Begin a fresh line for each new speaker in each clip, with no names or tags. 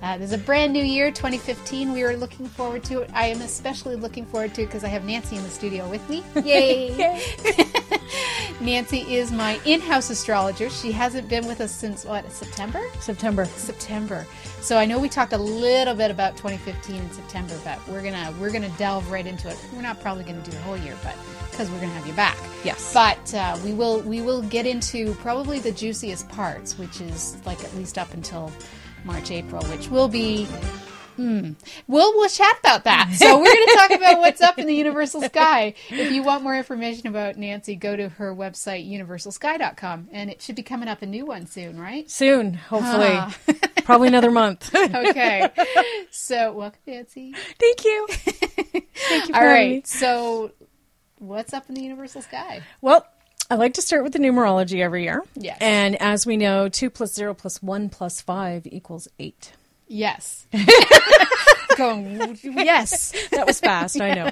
Uh, there's a brand new year, 2015. We are looking forward to it. I am especially looking forward to it because I have Nancy in the studio with me.
Yay!
Nancy is my in house astrologer. She hasn't been with us since, what, September?
September.
September. So I know we talked a little bit about 2015 in September, but we're gonna we're gonna delve right into it. We're not probably gonna do the whole year, but because we're gonna have you back.
Yes.
But uh, we will we will get into probably the juiciest parts, which is like at least up until March April, which will be. Hmm. We'll we'll chat about that. So we're going to talk about what's up in the Universal Sky. If you want more information about Nancy, go to her website universalsky.com, and it should be coming up a new one soon, right?
Soon, hopefully.
Ah.
Probably another month.
okay. So, welcome, Nancy.
Thank you. Thank you for
All
having
right.
me.
So, what's up in the universal sky?
Well, I like to start with the numerology every year.
Yes.
And as we know, 2 plus 0 plus 1 plus 5 equals 8.
Yes. Going, yes.
That was fast, I know.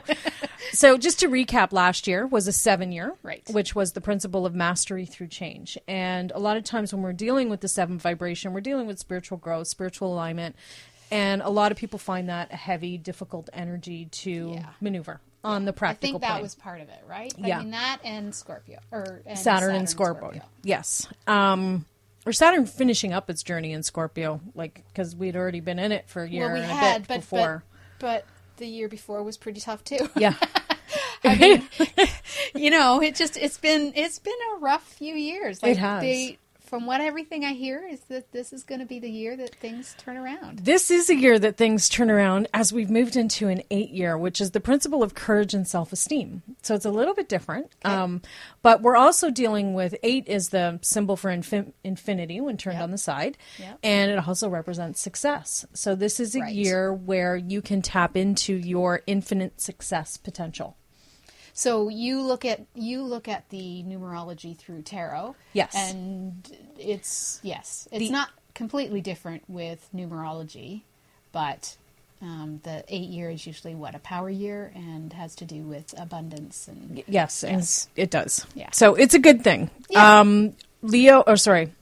So, just to recap, last year was a seven year,
Right.
Which was the principle of mastery through change. And a lot of times when we're dealing with the seven vibration, we're dealing with spiritual growth, spiritual alignment. And a lot of people find that a heavy, difficult energy to
Yeah.
maneuver on the
I think
practical
that
plane.
was part of it, right?
Yeah.
I mean, that and Scorpio. or and
Saturn, and Scorpio. Yes. Um, or Saturn finishing up its journey in Scorpio, like because we'd already been in it for a year
Well, we
and a
had,
bit
but,
before.
but but the year before was pretty tough too.
Yeah.
I mean, you know, it just it's been it's been a rough few years. Like
It has.
They, from what everything I hear is that this is going to be the year that things turn around.
This is a year that things turn around as we've moved into an eight year, which is the principle of courage and self esteem. So it's a little bit different. Um, but we're also dealing with eight is the symbol for infin- infinity when turned
Yep.
on the side.
Yep.
And it also represents success. So this is a
Right.
year where you can tap into your infinite success potential.
So you look at you look at the numerology through tarot.
Yes.
And it's yes, it's
The-
not completely different with numerology, but um, the eight year is usually what a power year and has to do with abundance and
Yes, and s- it does.
Yeah.
So it's a good thing.
Yeah.
Um, Leo, or sorry,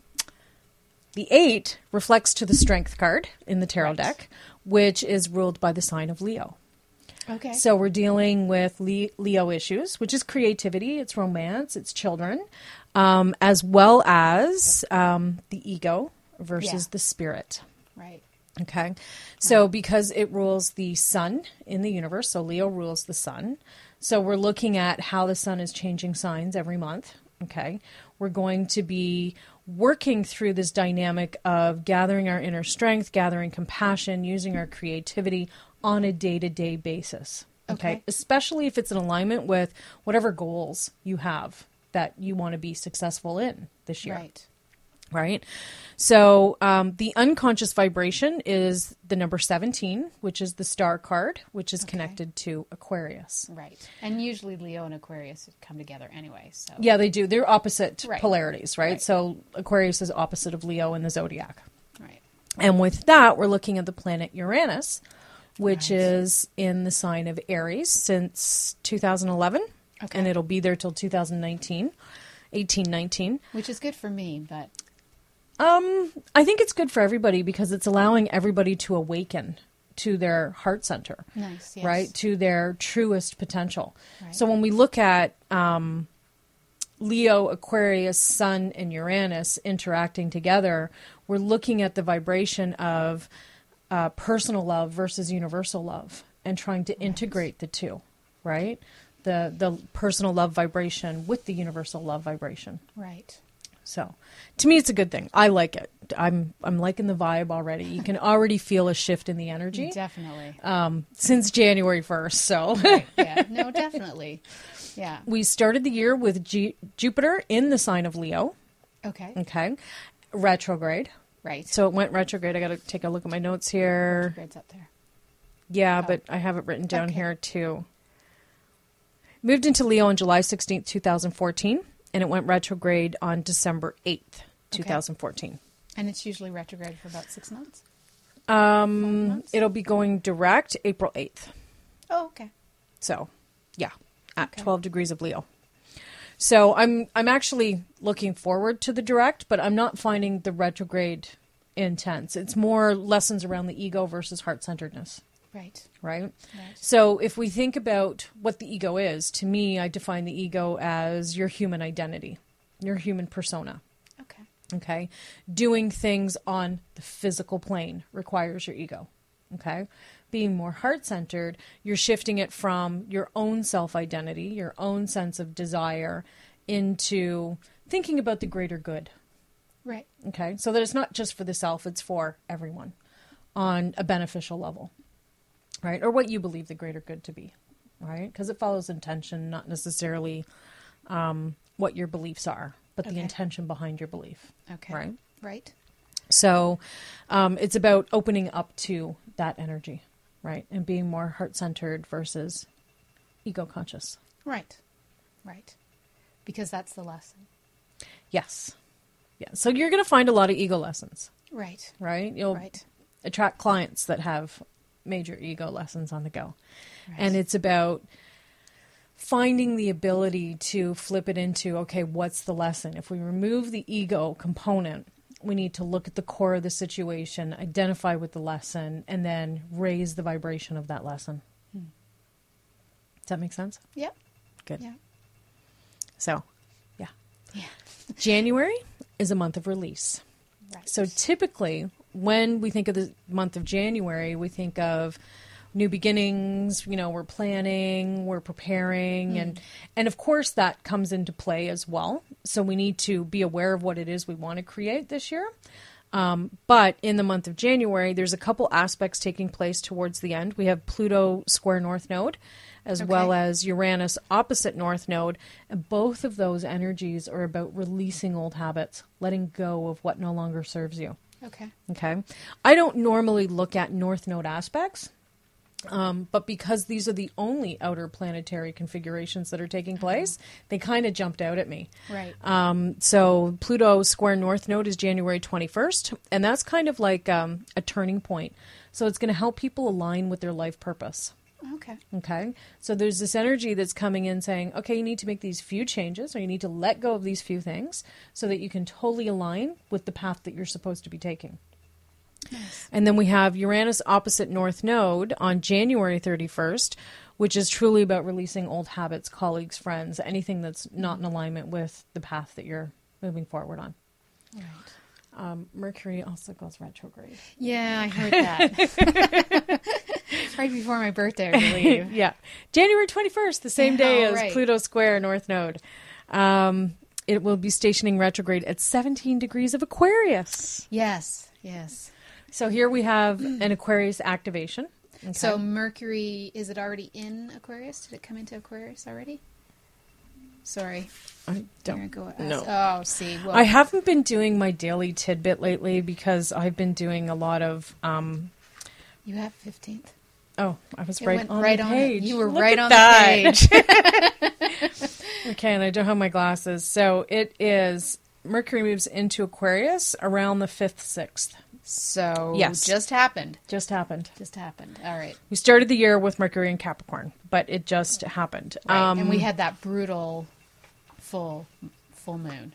the eight reflects to the strength card in the tarot
Right.
deck, which is ruled by the sign of Leo.
okay.
So we're dealing with Le- Leo issues, which is creativity, it's romance, it's children, um, as well as um, the ego versus
Yeah.
the spirit.
right.
Okay. So because it rules the sun in the universe, so Leo rules the sun. So we're looking at how the sun is changing signs every month. Okay. We're going to be working through this dynamic of gathering our inner strength, gathering compassion, using our creativity on a day to day basis.
Okay.
okay. Especially if it's in alignment with whatever goals you have that you want to be successful in this year
Right.
right? So um, the unconscious vibration is the number 17, which is the star card, which is connected to Aquarius.
Right. And usually Leo and Aquarius come together anyway. So
Yeah, they do. They're opposite
Right.
polarities, right?
Right.
So Aquarius is opposite of Leo in the zodiac.
Right.
And with that, we're looking at the planet Uranus, which is in the sign of Aries since 2011.
Okay.
And it'll be there till 2019, 18, 19.
Which is good for me, but
Um, I think it's good for everybody because it's allowing everybody to awaken to their heart center,
nice. Yes.
right? To their truest potential.
Right.
So when we look at um, Leo, Aquarius, Sun, and Uranus interacting together, we're looking at the vibration of uh, personal love versus universal love and trying to integrate the two, right? The, the personal love vibration with the universal love vibration.
Right.
So, to me, it's a good thing. I like it. I'm I'm liking the vibe already. You can already feel a shift in the energy
Definitely.
um, since January first. So
yeah. No, definitely. Yeah.
we started the year with G- Jupiter in the sign of Leo.
Okay.
Okay, retrograde.
Right.
So it went retrograde. I got to take a look at my notes here.
Grades up there.
Yeah, but I have it written down here too. Moved into Leo on July 16th, 2014, and it went retrograde on December 8th, 2014.
And it's usually retrograde for about six months.
Um, it'll be going direct April 8th.
Oh, okay.
So, yeah, at
Okay.
12 degrees of Leo. So I'm I'm actually looking forward to the direct, but I'm not finding the retrograde intense. It's more lessons around the ego versus heart centeredness,
Right.
right?
Right.
So if we think about what the ego is, to me, I define the ego as your human identity, your human persona.
Okay.
Okay. Doing things on the physical plane requires your ego. Okay. Being more heart centered, you're shifting it from your own self identity, your own sense of desire, into thinking about the greater good.
Right.
Okay. So that it's not just for the self, it's for everyone on a beneficial level. Right. Or what you believe the greater good to be. Right. Because it follows intention, not necessarily um, what your beliefs are, but the
Okay.
intention behind your belief.
Okay.
Right.
Right.
So um, it's about opening up to that energy, right? And being more heart centered versus ego conscious.
Right. Right. Because that's the lesson.
Yes. Yeah. So you're going to find a lot of ego lessons,
Right.
right? You'll
Right.
attract clients that have major ego lessons on the go.
Right.
And it's about finding the ability to flip it into okay, what's the lesson? If we remove the ego component, we need to look at the core of the situation, identify with the lesson, and then raise the vibration of that lesson.
Hmm.
Does that make sense?
Yep.
Good.
Yeah.
So, yeah.
Yeah.
January is a month of release.
Right.
So typically, when we think of the month of January, we think of new beginnings. You know, we're planning, we're preparing, and and of course that comes into play as well. So we need to be aware of what it is we want to create this year. Um, but in the month of January, there's a couple aspects taking place towards the end. We have Pluto square North Node, as well
Okay.
as Uranus opposite North Node. And both of those energies are about releasing old habits, letting go of what no longer serves you.
okay.
Okay. I don't normally look at North Node aspects, um, but because these are the only outer planetary configurations that are taking place, they kind of jumped out at me.
Uh-huh. Right.
Um, so Pluto square North Node is January 21st, and that's kind of like um, a turning point. So it's going to help people align with their life purpose.
okay.
Okay. So there's this energy that's coming in saying, okay, you need to make these few changes or you need to let go of these few things so that you can totally align with the path that you're supposed to be taking. And then we have Uranus opposite North Node on January 31st, which is truly about releasing old habits, colleagues, friends, anything that's not in alignment with the path that you're moving forward on.
Right.
Um, Mercury also goes retrograde.
Yeah, I heard that. right before my birthday, I believe.
yeah. January 21st, the same day
Yeah,
as
right.
Pluto Square North Node. Um, it will be stationing retrograde at 17 degrees of Aquarius.
yes. Yes.
So here we have an Aquarius activation. Okay.
So Mercury, is it already in Aquarius? Did it come into Aquarius already? Sorry.
I
Here I
don't
go.
No.
Oh, see. Well,
I haven't been doing my daily tidbit lately because I've been doing a lot of. Um,
you have 15th.
oh, I was
It
right
went
on
right
the
on.
page.
You were
Look
right
at
on
that.
the page.
Okay, and I don't have my glasses. So it is Mercury moves into Aquarius around the 5th, 6th.
so,
Yes.
just happened.
Just happened.
Just happened. All right.
We started the year with Mercury in Capricorn, but it just happened.
Right.
Um,
and we had that brutal full full moon.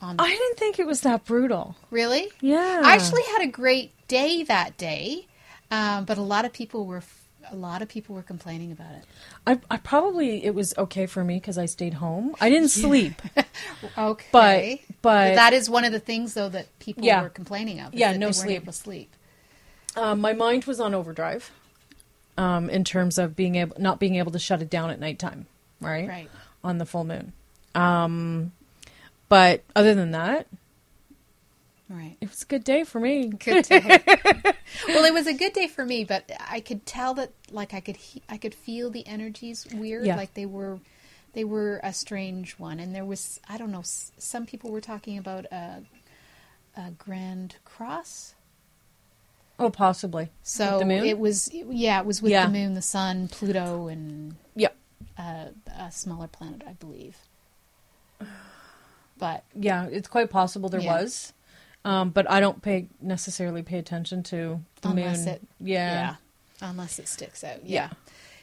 On
I didn't think it was that brutal.
really?
Yeah.
I actually had a great day that day, um, but a lot of people were f- a lot of people were complaining about it.
I, I probably it was okay for me because I stayed home. I didn't sleep.
Okay,
but-
that is one of the things though that people
Yeah.
were complaining of. is
Yeah,
that they
no
weren't
sleep.
able to sleep.
um, my mind was on overdrive um, in terms of being able not being able to shut it down at nighttime, right?
Right.
On the full moon. Um, but other than that,
Right.
it was a good day for me.
Good day. well, it was a good day for me, but I could tell that like I could he- I could feel the energies weird,
Yeah.
like they were they were a strange one, and there was I don't know s- some people were talking about a, a grand cross.
Oh, possibly.
So
With the moon?
it was, yeah, it was with
Yeah.
the moon, the sun, Pluto, and
yeah.
uh, a smaller planet, I believe. But
Yeah, it's quite possible there
Yeah.
was. Um, but I don't pay necessarily pay attention to the
unless
moon.
it,
yeah.
unless it sticks out,
Yeah.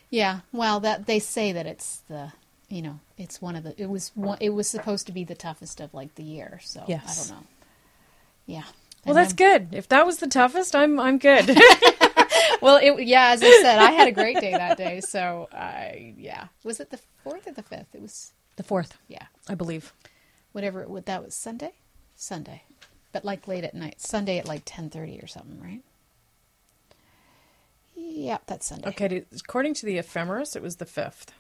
yeah. Yeah, well, that they say that it's the you know it's one of the it was one, it was supposed to be the toughest of like the year. So
Yes.
I don't know. Yeah. And
Well, that's
I'm-
good. If that was the toughest, I'm I'm good.
Well, it, yeah, as I said, I had a great day that day. So I yeah, was it the fourth or the fifth? It was
the fourth,
yeah,
I believe.
whatever. It, wa- that was Sunday, Sunday, but like late at night, Sunday at like ten thirty or something, right? Yeah, that's Sunday.
Okay, to- according to the ephemeris, it was the fifth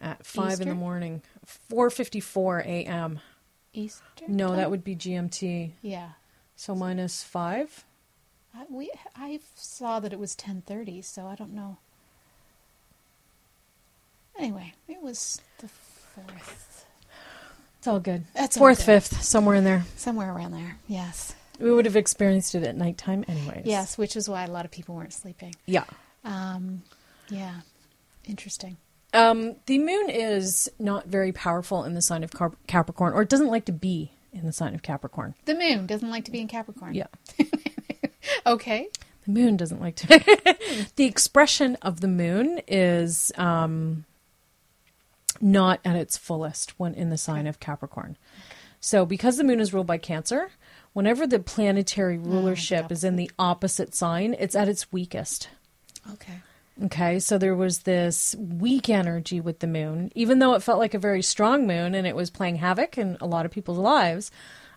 at five in the
Eastern?
morning, four fifty four a.m.
Easter.
No,
time?
that would be GMT.
yeah.
So minus five.
I, we I saw that it was ten thirty, so I don't know. Anyway, it was the fourth,
It's all good.
That's all
fourth,
good.
fifth, somewhere in there.
somewhere around there. Yes,
We would have experienced it at nighttime, anyways.
yes, which is why a lot of people weren't sleeping.
Yeah.
Um, yeah, interesting.
Um, the moon is not very powerful in the sign of Cap- Capricorn, or it doesn't like to be in the sign of Capricorn.
The moon doesn't like to be in Capricorn.
Yeah.
Okay.
The moon doesn't like to. the expression of the moon is um, not at its fullest when in the sign of Capricorn. So, because the moon is ruled by Cancer, whenever the planetary rulership is in the opposite sign, it's at its weakest.
Okay.
Okay, so there was this weak energy with the moon, even though it felt like a very strong moon and it was playing havoc in a lot of people's lives.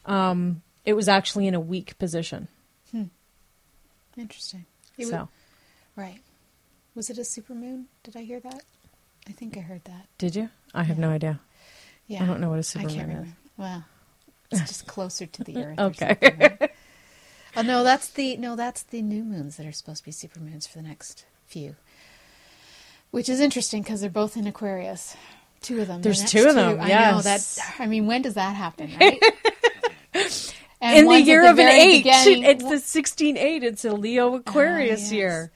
Um, it was actually in a weak position.
Interesting. It
So,
wa- right. Was it a super moon? Did I hear that? I think I heard that.
did you? I have no idea.
Yeah.
don't know what a
I can't
supermoon is.
remember. Well, it's just closer to the earth.
Okay.
okay. Right? Oh no, that's the no, that's the new moons that are supposed to be supermoons for the next few. Which is interesting because they're both in Aquarius. Two of them. The
There's
next
two of them,
I know
yes.
that. I mean, when does that happen? Right? And
in the
one's at
year of an
very
eight,
beginning- Ah,
it's the 16 8. It's a Leo Aquarius
yes.
year.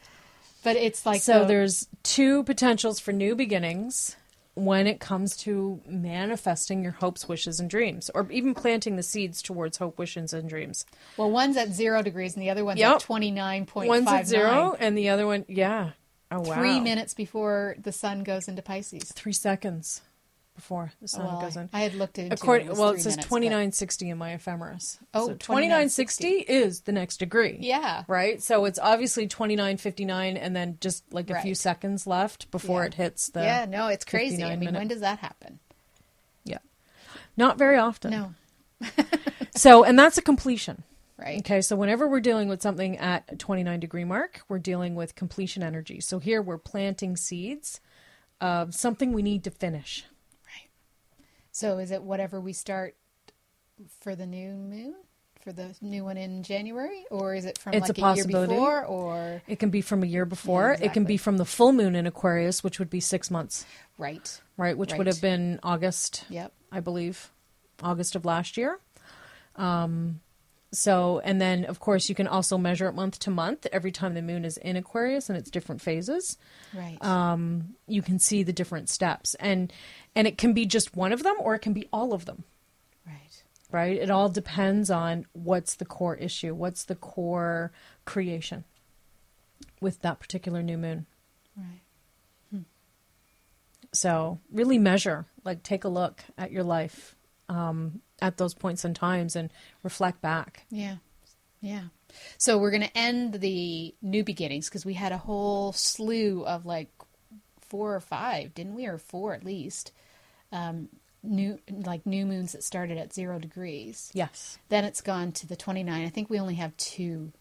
but it's like
So,
the-
there's two potentials for new beginnings when it comes to manifesting your hopes, wishes, and dreams, or even planting the seeds towards hope, wishes, and dreams.
well, one's at zero degrees and the other one's
Yep.
at twenty nine point five
One's
nine.
at zero, and the other one, yeah. Oh, wow.
Three minutes before the sun goes into Pisces.
Three seconds before the sun
Oh, Well,
goes in.
I, I had looked into
According,
it. was
well,
three
it says
minutes, but-
2960 in my ephemeris.
Oh,
so 2960 is the next degree.
Yeah.
Right? So it's obviously 2959 and then just like a few
Right.
seconds left before
Yeah.
it hits the
yeah, no, it's crazy. I
59
mean, when
minute-
does that happen?
Yeah. Not very often.
No,
So, and that's a completion.
right?
Okay, so whenever we're dealing with something at a 29 degree mark, we're dealing with completion energy. So here we're planting seeds of something we need to finish.
Right. So is it whatever we start for the new moon, for the new one in January, or is it from
It's
like
a
a, year
possibility.
before? Or
It can be from a year before, it can
exactly.
be from the full moon in Aquarius, which would be six months,
right?
right? Which would
Right.
have been August,
Yep.
I believe, August of last year. Um, so, and then of course, you can also measure it month to month every time the moon is in Aquarius and it's different phases.
Right.
um, you can see the different steps and and it can be just one of them or it can be all of them
right.
right it all depends on what's the core issue what's the core creation with that particular new moon
Right.
so really measure like take a look at your life um, at those points and times and reflect back
Yeah. Yeah. So we're going to end the new beginnings because we had a whole slew of like four or five, didn't we? Or four at least. Um, new like new moons that started at zero degrees.
yes
Then it's gone to the 29. I think we only have two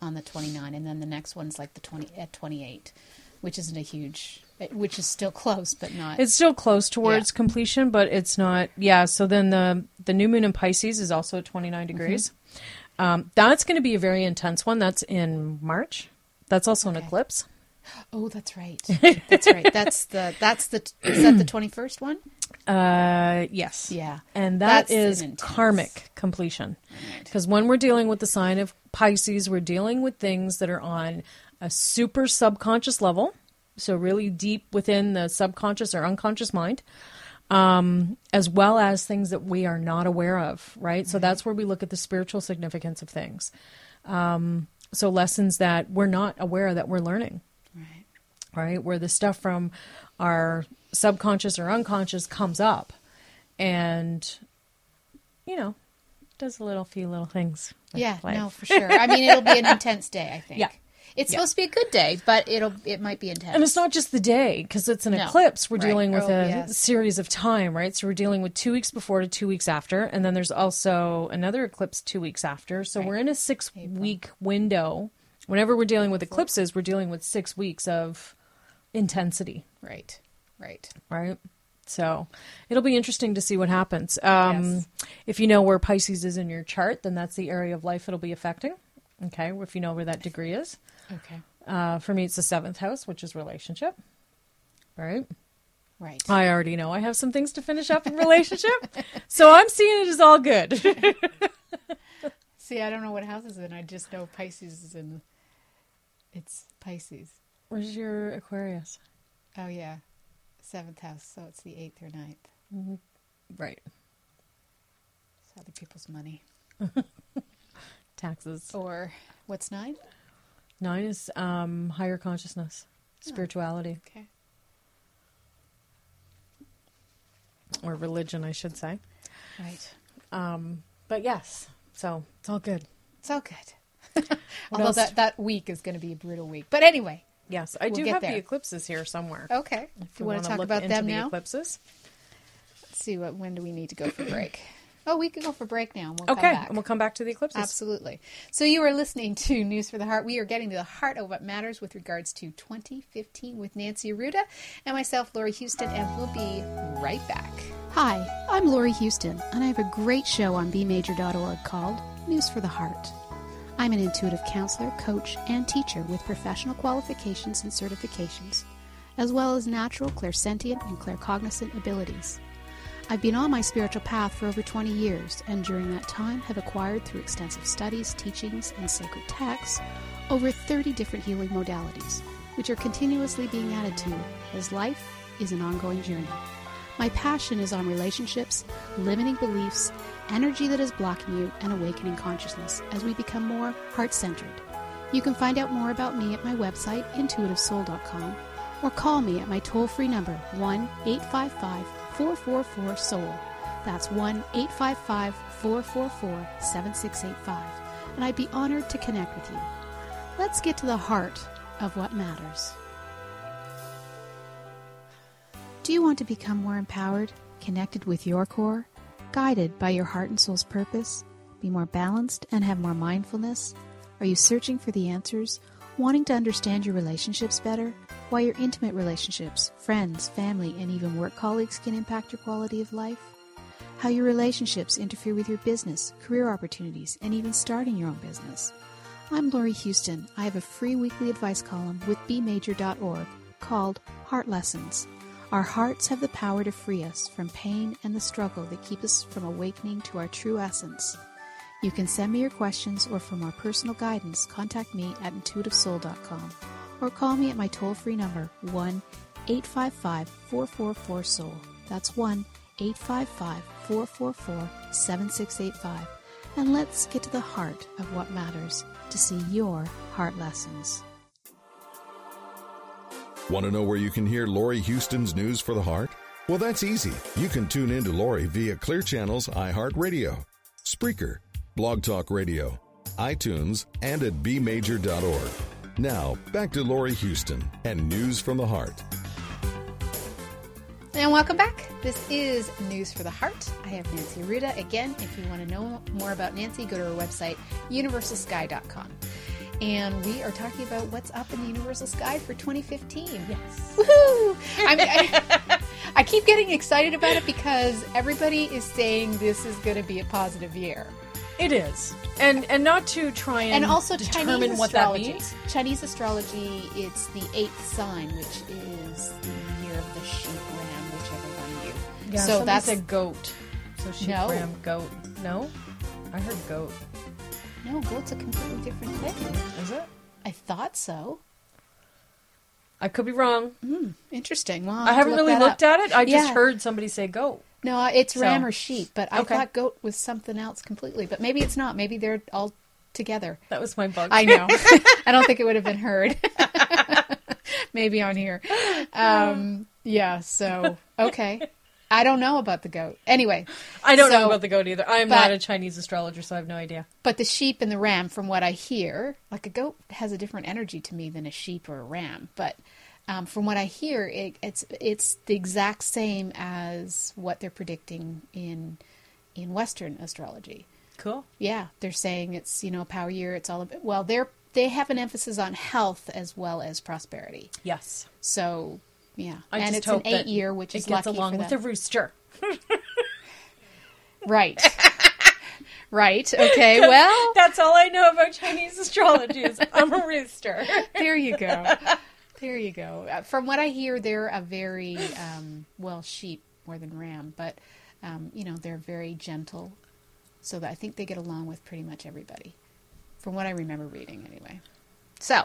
on the 29, and then the next one's like the 20 at 28, which isn't a huge, which is still close, but not.
it's still close towards
Yeah.
completion but it's not yeah so then the the new moon in pisces is also at 29
Mm-hmm.
degrees um, that's going to be a very intense one that's in march that's also an
Okay.
eclipse
Oh, that's right. That's right. That's the that's the is that the twenty first one?
Uh, yes.
Yeah.
And
That's
that's
an intense-
karmic completion. Because when we're dealing with the sign of Pisces, we're dealing with things that are on a super subconscious level. So, really deep within the subconscious or unconscious mind, um, as well as things that we are not aware of, right? So, that's where we look at the spiritual significance of things. Um, so, lessons that we're not aware that we're learning
Right.
right? Where the stuff from our subconscious or unconscious comes up and, you know, does a little few little things. with
Yeah.
life.
No, for sure. I mean, it'll be an intense day. I think.
Yeah.
It's
Yeah.
supposed to be a good day, but it'll it might be intense.
And it's not just the day because it's an
No.
eclipse. We're
Right.
dealing with
Oh,
a
yes.
series of time, right? So we're dealing with two weeks before to two weeks after. And then there's also another eclipse two weeks after. So we're in a six week window. Whenever we're dealing with eclipses, we're dealing with six weeks of intensity.
right. Right.
right? So it'll be interesting to see what happens. Um,
Yes.
If you know where Pisces is in your chart, then that's the area of life it'll be affecting. Okay, if you know where that degree is.
Okay.
Uh, for me, it's the seventh house, which is relationship. Right?
Right.
I already know I have some things to finish up in relationship. so I'm seeing it as all good.
See, I don't know what house is in. I just know Pisces is in. It's Pisces.
Where's your Aquarius?
Oh yeah, seventh house. So it's the eighth or ninth.
Right.
It's other people's money.
Taxes.
Or what's nine?
Nine is um, higher consciousness, spirituality,
Okay.
or religion, I should say.
Right.
Um, but yes, so it's all good.
It's all good.
What
Although
else?
that, that week is going to be a brutal week. But anyway,
Yes, I
We'll
do
get
have
there.
the eclipses here somewhere.
okay.
If
Do you want
wanna
to talk
look
about
into
them
the
now?
eclipses.
Let's see what when do we need to go for break. oh, we can go for break now. And we'll
okay,
Come back.
and we'll come back to the eclipses.
Absolutely. So you are listening to News for the Heart. We are getting to the heart of what matters with regards to 2015 with Nancy Aruda and myself, Lori Houston, and we'll be right back. Hi, I'm Lori Houston, and I have a great show on bmajor.org called News for the Heart. I'm an intuitive counselor, coach, and teacher with professional qualifications and certifications, as well as natural clairsentient and claircognizant abilities. I've been on my spiritual path for over 20 years, and during that time have acquired through extensive studies, teachings, and sacred texts over 30 different healing modalities, which are continuously being added to as life is an ongoing journey. My passion is on relationships, limiting beliefs, energy that is blocking you, and awakening consciousness as we become more heart centered. You can find out more about me at my website, intuitivesoul.com, or call me at my toll free number, 1 855 444 SOUL. That's 1 855 444 7685, and I'd be honored to connect with you. Let's get to the heart of what matters. Do you want to become more empowered, connected with your core, guided by your heart and soul's purpose, be more balanced, and have more mindfulness? Are you searching for the answers, wanting to understand your relationships better? Why your intimate relationships, friends, family, and even work colleagues can impact your quality of life? How your relationships interfere with your business, career opportunities, and even starting your own business? I'm Lori Houston. I have a free weekly advice column with bmajor.org called Heart Lessons. Our hearts have the power to free us from pain and the struggle that keep us from awakening to our true essence. You can send me your questions or for more personal guidance, contact me at intuitivesoul.com or call me at my toll free number 1 855 444 Soul. That's 1 855 444 7685. And let's get to the heart of what matters to see your heart lessons.
Want to know where you can hear Lori Houston's News for the Heart? Well, that's easy. You can tune in to Lori via Clear Channel's iHeartRadio, Spreaker, Blog Talk Radio, iTunes, and at bmajor.org. Now, back to Lori Houston and News from the Heart.
And welcome back. This is News for the Heart. I have Nancy Ruda. Again, if you want to know more about Nancy, go to her website, universalsky.com. And we are talking about what's up in the universal sky for 2015.
Yes.
Woohoo! I, mean, I, I keep getting excited about it because everybody is saying this is going to be a positive year.
It is, and and not to try and,
and also
determine
Chinese
what that
astrology.
means.
Chinese astrology, it's the eighth sign, which is the year of the sheep, ram, whichever one you.
Yeah,
so that's
a goat. So sheep,
No.
ram, goat. No, I heard goat.
no goat's a completely different thing.
Is it?
I thought so.
I could be wrong.
Interesting. Well, I'll
I
have to
haven't
look
really
that
looked
up.
at it. I just
Yeah.
heard somebody say goat.
No, it's
So-
ram or sheep, but I
Okay.
thought goat was something else completely. But maybe it's not. Maybe they're all together.
That was my bug.
I know. I don't think it would have been heard. Maybe on here. Um, yeah, so, okay. I don't know about the goat. Anyway,
I don't
So-
know about the goat either. I'm
but-
not a Chinese astrologer, so I have no idea.
but the sheep and the ram, from what I hear, like a goat has a different energy to me than a sheep or a ram. But um, from what I hear, it, it's it's the exact same as what they're predicting in in Western astrology.
Cool.
Yeah, they're saying it's you know a power year. It's all about, well, they're they have an emphasis on health as well as prosperity.
Yes.
So yeah,
I
and
just
it's
hope
an
that
eight year, which
it
is
gets
lucky
along
for
with
them.
the rooster.
right. Right. Okay. Well,
That's all I know about Chinese astrology is I'm a rooster.
there you go. There you go. Uh, From what I hear, they're a very um, well sheep more than ram, but um, you know they're very gentle. So that I think they get along with pretty much everybody, from what I remember reading anyway. So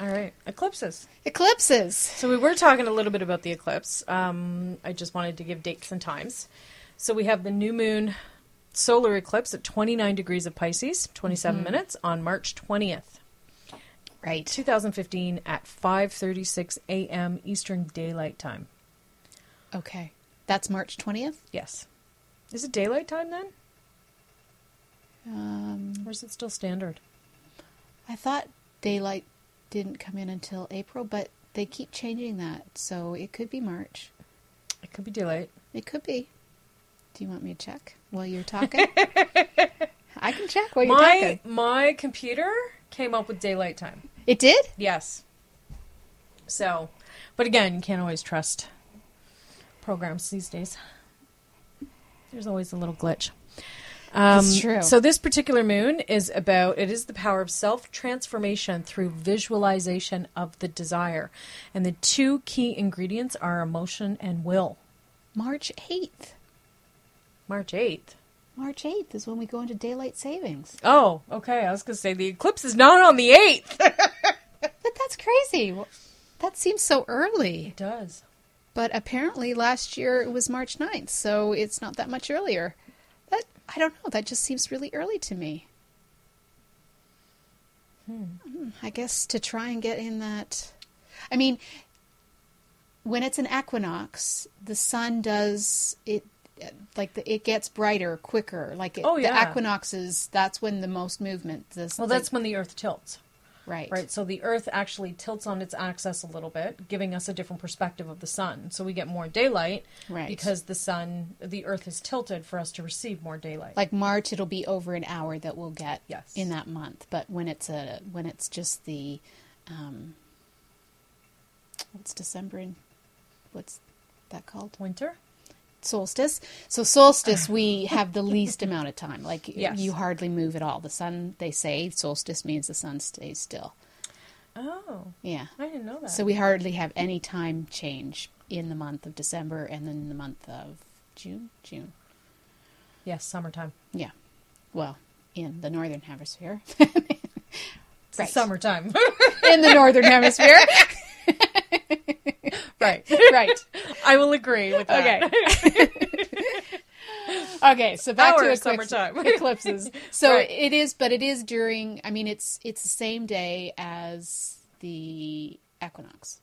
All right, eclipses.
eclipses.
So we were talking a little bit about the eclipse. Um, I just wanted to give dates and times. So we have the new moon solar eclipse at 29 degrees of Pisces, 27 minutes on March 20th,
Right.
2015 at 5:36 a.m. Eastern Daylight Time.
Okay. That's March twentieth.
Yes. Is it daylight time then?
Um,
Or is it still standard?
I thought daylight didn't come in until April, but they keep changing that, so it could be March.
It could be daylight.
It could be. Do you want me to check while you're talking? I can check while you're
My
talking.
my computer came up with daylight time.
It did?
Yes. So, but again, you can't always trust programs these days. There's always a little glitch. Um,
It's true.
So this particular moon is about it is the power of self transformation through visualization of the desire, and the two key ingredients are emotion and will.
March 8th.
March eighth.
March 8th is when we go into daylight savings.
Oh, okay. I was going to say the eclipse is not on the eighth.
But that's crazy. Well, That seems so early.
It does.
But apparently last year it was March 9th, so it's not that much earlier. That I don't know, that just seems really early to me. Hmm, I guess to try and get in that I mean when it's an equinox, the sun does it like the, it gets brighter quicker. Like it,
Oh, yeah.
the equinoxes, that's when the most movement. This,
Well, that's when the Earth tilts.
right.
Right. So the Earth actually tilts on its axis a little bit, giving us a different perspective of the sun. So we get more daylight
Right.
because the sun, the Earth is tilted for us to receive more daylight.
like March, it'll be over an hour that we'll get
Yes.
in that month. But when it's a when it's just the um, what's December and what's that called
winter.
solstice? So solstice, we have the least amount of time. Like
Yes.
you hardly move at all. The sun, they say, solstice means the sun stays still.
Oh,
Yeah.
I didn't know that.
So we hardly have any time change in the month of December and then the month of June. June.
yes, summertime.
Yeah. Well, in the northern hemisphere.
It's
Right.
Summertime.
in the northern hemisphere.
right.
right.
I will agree with that.
Okay. Uh, okay, so back to
Our
eclipse,
summertime.
eclipses. So
Right.
it is but it is during I mean it's it's the same day as the equinox,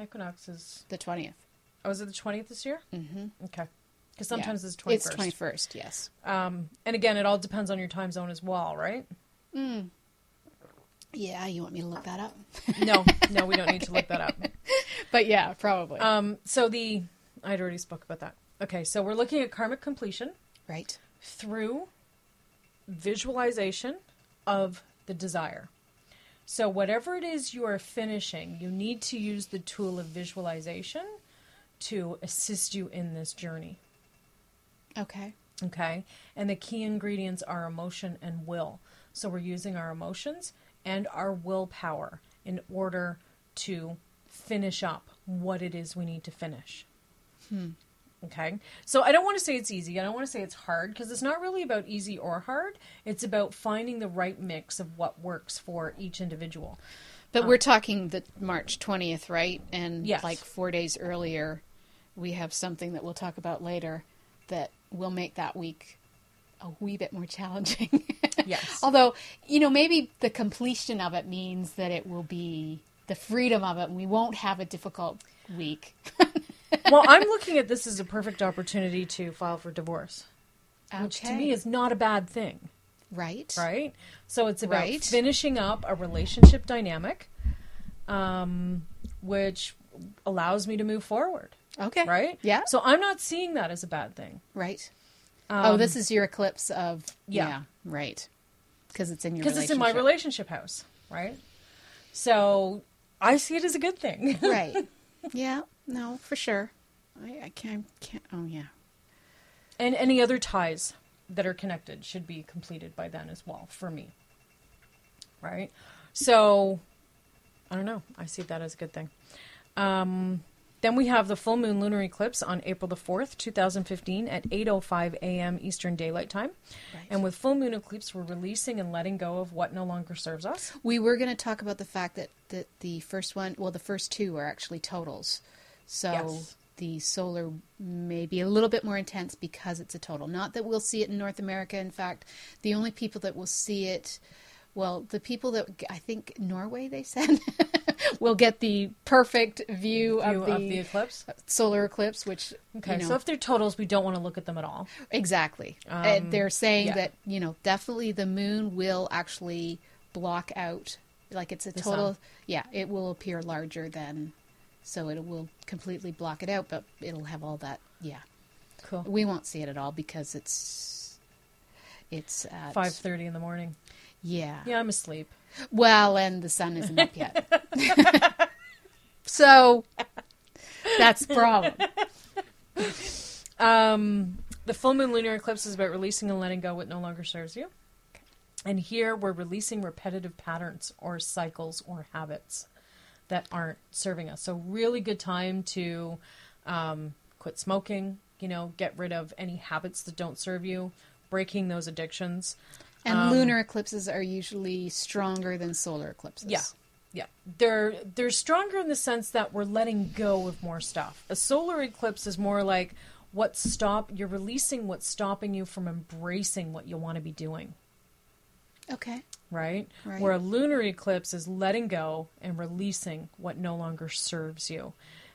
Equinox is.
the 20th.
Oh, is it the twentieth this year? Mm-hmm. Okay. Because sometimes
Yeah.
it's twenty
It's
first.
21st, yes.
Um, and again, it all depends on your time zone as well, right?
Yeah, you want me to look that up?
No, no, we don't need to look that up.
but yeah, probably.
Um, so the I'd already spoke about that. Okay, so we're looking at karmic completion
right.
through visualization of the desire. So whatever it is you are finishing, you need to use the tool of visualization to assist you in this journey.
Okay.
Okay. And the key ingredients are emotion and will. So we're using our emotions and our willpower in order to finish up what it is we need to finish. Okay. So I don't want to say it's easy. I don't want to say it's hard because it's not really about easy or hard. It's about finding the right mix of what works for each individual.
But we're talking the March 20th, right? And
Um, Yes.
like four days earlier, we have something that we'll talk about later that will make that week a wee bit more challenging.
Yes.
Although, you know, maybe the completion of it means that it will be the freedom of it and we won't have a difficult week.
well, I'm looking at this as a perfect opportunity to file for divorce, which to
Okay.
me is not a bad thing.
right.
right? So it's about
Right.
finishing up a relationship dynamic, um, which allows me to move forward,
Okay.
right?
Yeah.
So I'm not seeing that as a bad thing.
right. oh, this is your eclipse of yeah,
yeah.
right. Because it's in your
because it's in my relationship house, right? So I see it as a good thing.
right. Yeah. No, for sure. I, I can't, can't. Oh, yeah.
and any other ties that are connected should be completed by then as well for me. Right? So I don't know. I see that as a good thing. Um then we have the full moon lunar eclipse on April the 4th, 2015 at 8:05 a.m. Eastern Daylight Time.
Right.
And with full moon eclipse we're releasing and letting go of what no longer serves us.
We were going to talk about the fact that, that the first one, well, the first two are actually totals. So
Yes.
the solar may be a little bit more intense because it's a total. Not that we'll see it in North America. In fact, the only people that will see it, well, the people that I think Norway, they said, will get the perfect view,
View
of, the
of the eclipse.
solar eclipse, which,
Okay.
you know,
So if they're totals we don't want to look at them at all.
Exactly. Uh, They're saying
Um, yeah.
that, you know, definitely the moon will actually block out, like it's a total,
sun.
yeah, it will appear larger than, so it will completely block it out, but it'll have all that, yeah.
Cool.
We won't see it at all because it's, it's at,
5:30 in the morning.
yeah.
Yeah, I'm asleep.
Well, and the sun isn't up yet. so that's the problem.
Um, the full moon lunar eclipse is about releasing and letting go what no longer serves you. And here we're releasing repetitive patterns or cycles or habits that aren't serving us. So, really good time to um, quit smoking, you know, get rid of any habits that don't serve you, breaking those addictions.
And
Um,
lunar eclipses are usually stronger than solar eclipses.
Yeah. Yeah. They're they're stronger in the sense that we're letting go of more stuff. A solar eclipse is more like what's stop you're releasing what's stopping you from embracing what you want to be doing.
Okay.
Right?
Right.
Where a lunar eclipse is letting go and releasing what no longer serves you.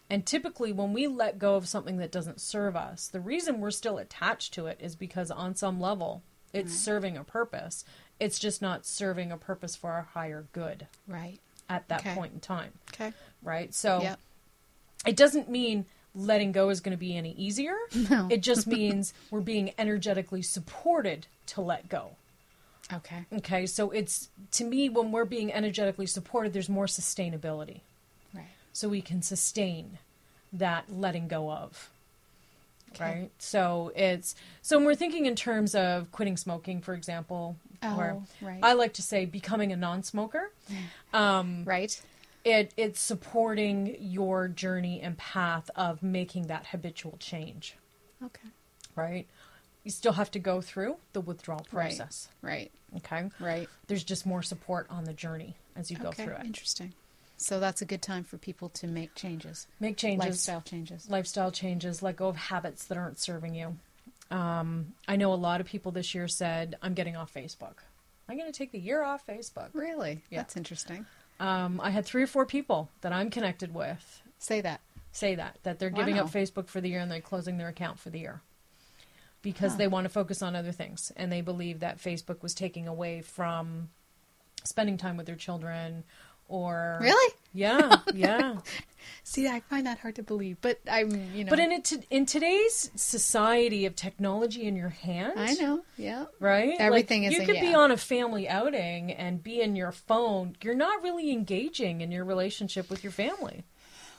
And typically, when we let go of something that doesn't serve us, the reason we're still attached to it is because, on some level, it's serving a purpose. It's just not serving a purpose for our higher good
Right.
at that
Okay.
point in time
Okay.
right? So
Yep.
it doesn't mean letting go is going to be any easier.
No.
It just means we're being energetically supported to let go.
Okay.
Okay, so it's to me when we're being energetically supported, there's more sustainability,
Right.
so we can sustain that letting go of.
Okay.
Right, so it's so when we're thinking in terms of quitting smoking, for example, or
Oh, right.
I like to say becoming a non-smoker. Um,
Right.
it it's supporting your journey and path of making that habitual change
Okay.
right you still have to go through the withdrawal
Right.
process
Right.
okay
Right.
there's just more support on the journey as you go
okay.
through it
Interesting. So that's a good time for people to make changes,
make changes
lifestyle changes.
lifestyle changes let go of habits that aren't serving you um, i know a lot of people this year said i'm getting off facebook i'm going to take the year off facebook
Really?
Yeah.
That's interesting.
um, i had three or four people that i'm connected with
Say that.
say that that they're giving
Wow.
up Facebook for the year and they're closing their account for the year because they want to focus on other things and they believe that Facebook was taking away from spending time with their children or
Really?
yeah yeah
See, I find that hard to believe, but I'm, you know,
but in it in today's society of technology in your hand
I know. Yeah.
right Like,
Everything is
you
a-
could be
yeah.
on a family outing and be in your phone you're not really engaging in your relationship with your family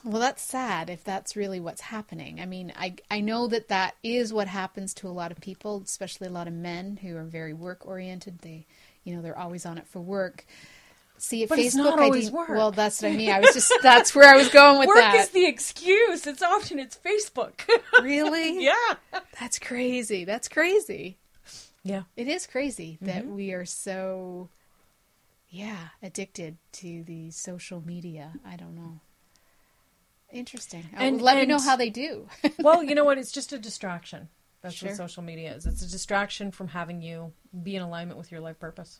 Well, that's sad if that's really what's happening. I mean, I I know that that is what happens to a lot of people, especially a lot of men who are very work oriented. They, you know, they're always on it for work. See, at
But
Facebook,
it's not
I
always
didn't-
work.
Well, that's what I mean. I was just that's where I was going with
Work
that.
is the excuse. It's often it's Facebook.
really?
yeah.
That's crazy. That's crazy.
Yeah.
It is crazy that
Mm-hmm.
we are so, yeah, addicted to the social media. I don't know. Interesting. I
And-
would let me know
and-
how they do.
Well, you know what? It's just a distraction. That's
Sure.
what social media is. It's a distraction from having you be in alignment with your life purpose.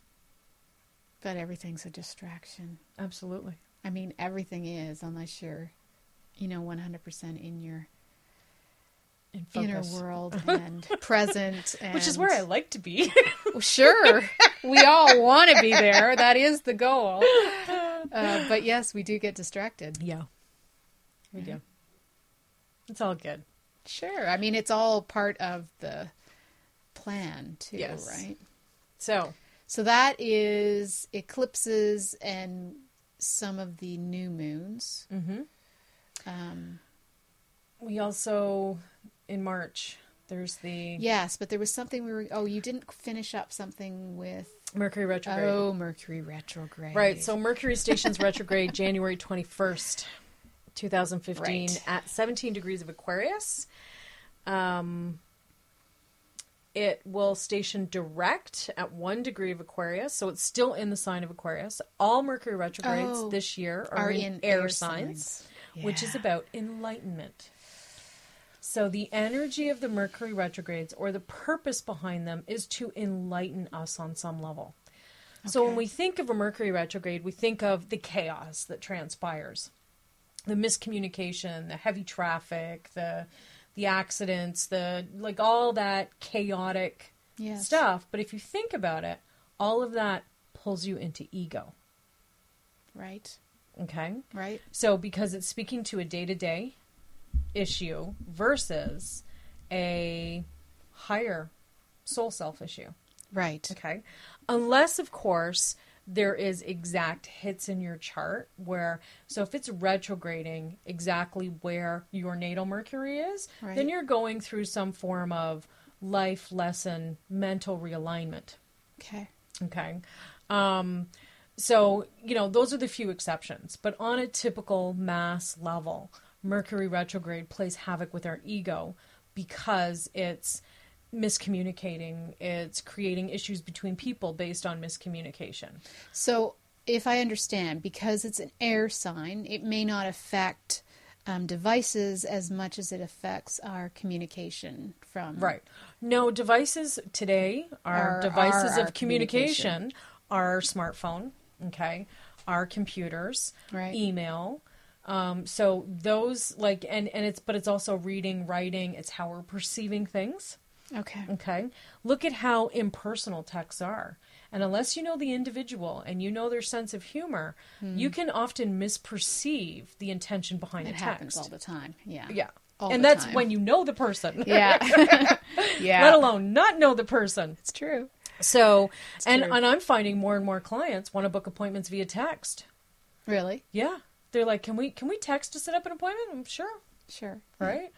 but everything's a distraction.
Absolutely.
I mean, everything is, unless you're, you know, 100% in your
In
inner
focus.
world and present. And,
Which is where I like to be.
Well, Sure. we all want to be there. That is the goal. Uh, but yes, we do get distracted.
yeah. We do. It's all good.
Sure. I mean, it's all part of the plan, too,
Yes.
right?
So,
So that is eclipses and some of the new moons.
mm-hmm.
Um,
we also, in March, there's the
yes, but there was something we were. Oh, you didn't finish up something with.
Mercury retrograde.
Oh, Mercury retrograde.
Right. So Mercury stations retrograde January 21st, 2015
Right.
at 17 degrees of Aquarius. Um it will station direct at 1 degree of Aquarius, so it's still in the sign of Aquarius. All Mercury retrogrades
Oh,
this year are,
are
in,
in
air,
air
signs,
signs.
which is
Yeah.
about enlightenment. So the energy of the Mercury retrogrades or the purpose behind them is to enlighten us on some level. So when
Okay.
we think of a Mercury retrograde, we think of the chaos that transpires. The miscommunication, the heavy traffic, the the accidents, the like all that chaotic
Yes.
stuff. But if you think about it, all of that pulls you into ego.
Right.
Okay?
Right.
So because it's speaking to a day-to-day issue versus a higher soul self issue.
Right.
Okay. Unless, of course, there is exact hits in your chart where, so if it's retrograding exactly where your natal Mercury is,
Right.
then you're going through some form of life lesson, mental realignment.
Okay.
Okay. Um, so, you know, those are the few exceptions. But on a typical mass level, Mercury retrograde plays havoc with our ego because it's miscommunicating, it's creating issues between people based on miscommunication.
So, if I understand, because it's an air sign, it may not affect um, devices as much as it affects our communication from.
Right. No, devices today are
Are-
devices
are
of
our
communication, our smartphone, okay, our computers,
Right.
email. Um, so those like and and it's but it's also reading, writing, it's how we're perceiving things.
Okay.
Okay. Look at how impersonal texts are. And unless you know the individual and you know their sense of humor, you can often misperceive the intention behind
Hmm. It
the
happens
text.
all the time. Yeah.
yeah.
All
and
the
that's
time.
when you know the person.
Yeah. yeah.
let alone not know the person.
It's true.
So, and
true.
and I'm finding more and more clients want to book appointments via text.
Really?
Yeah, they're like, can we can we text to set up an appointment? I'm sure,
Sure.
right?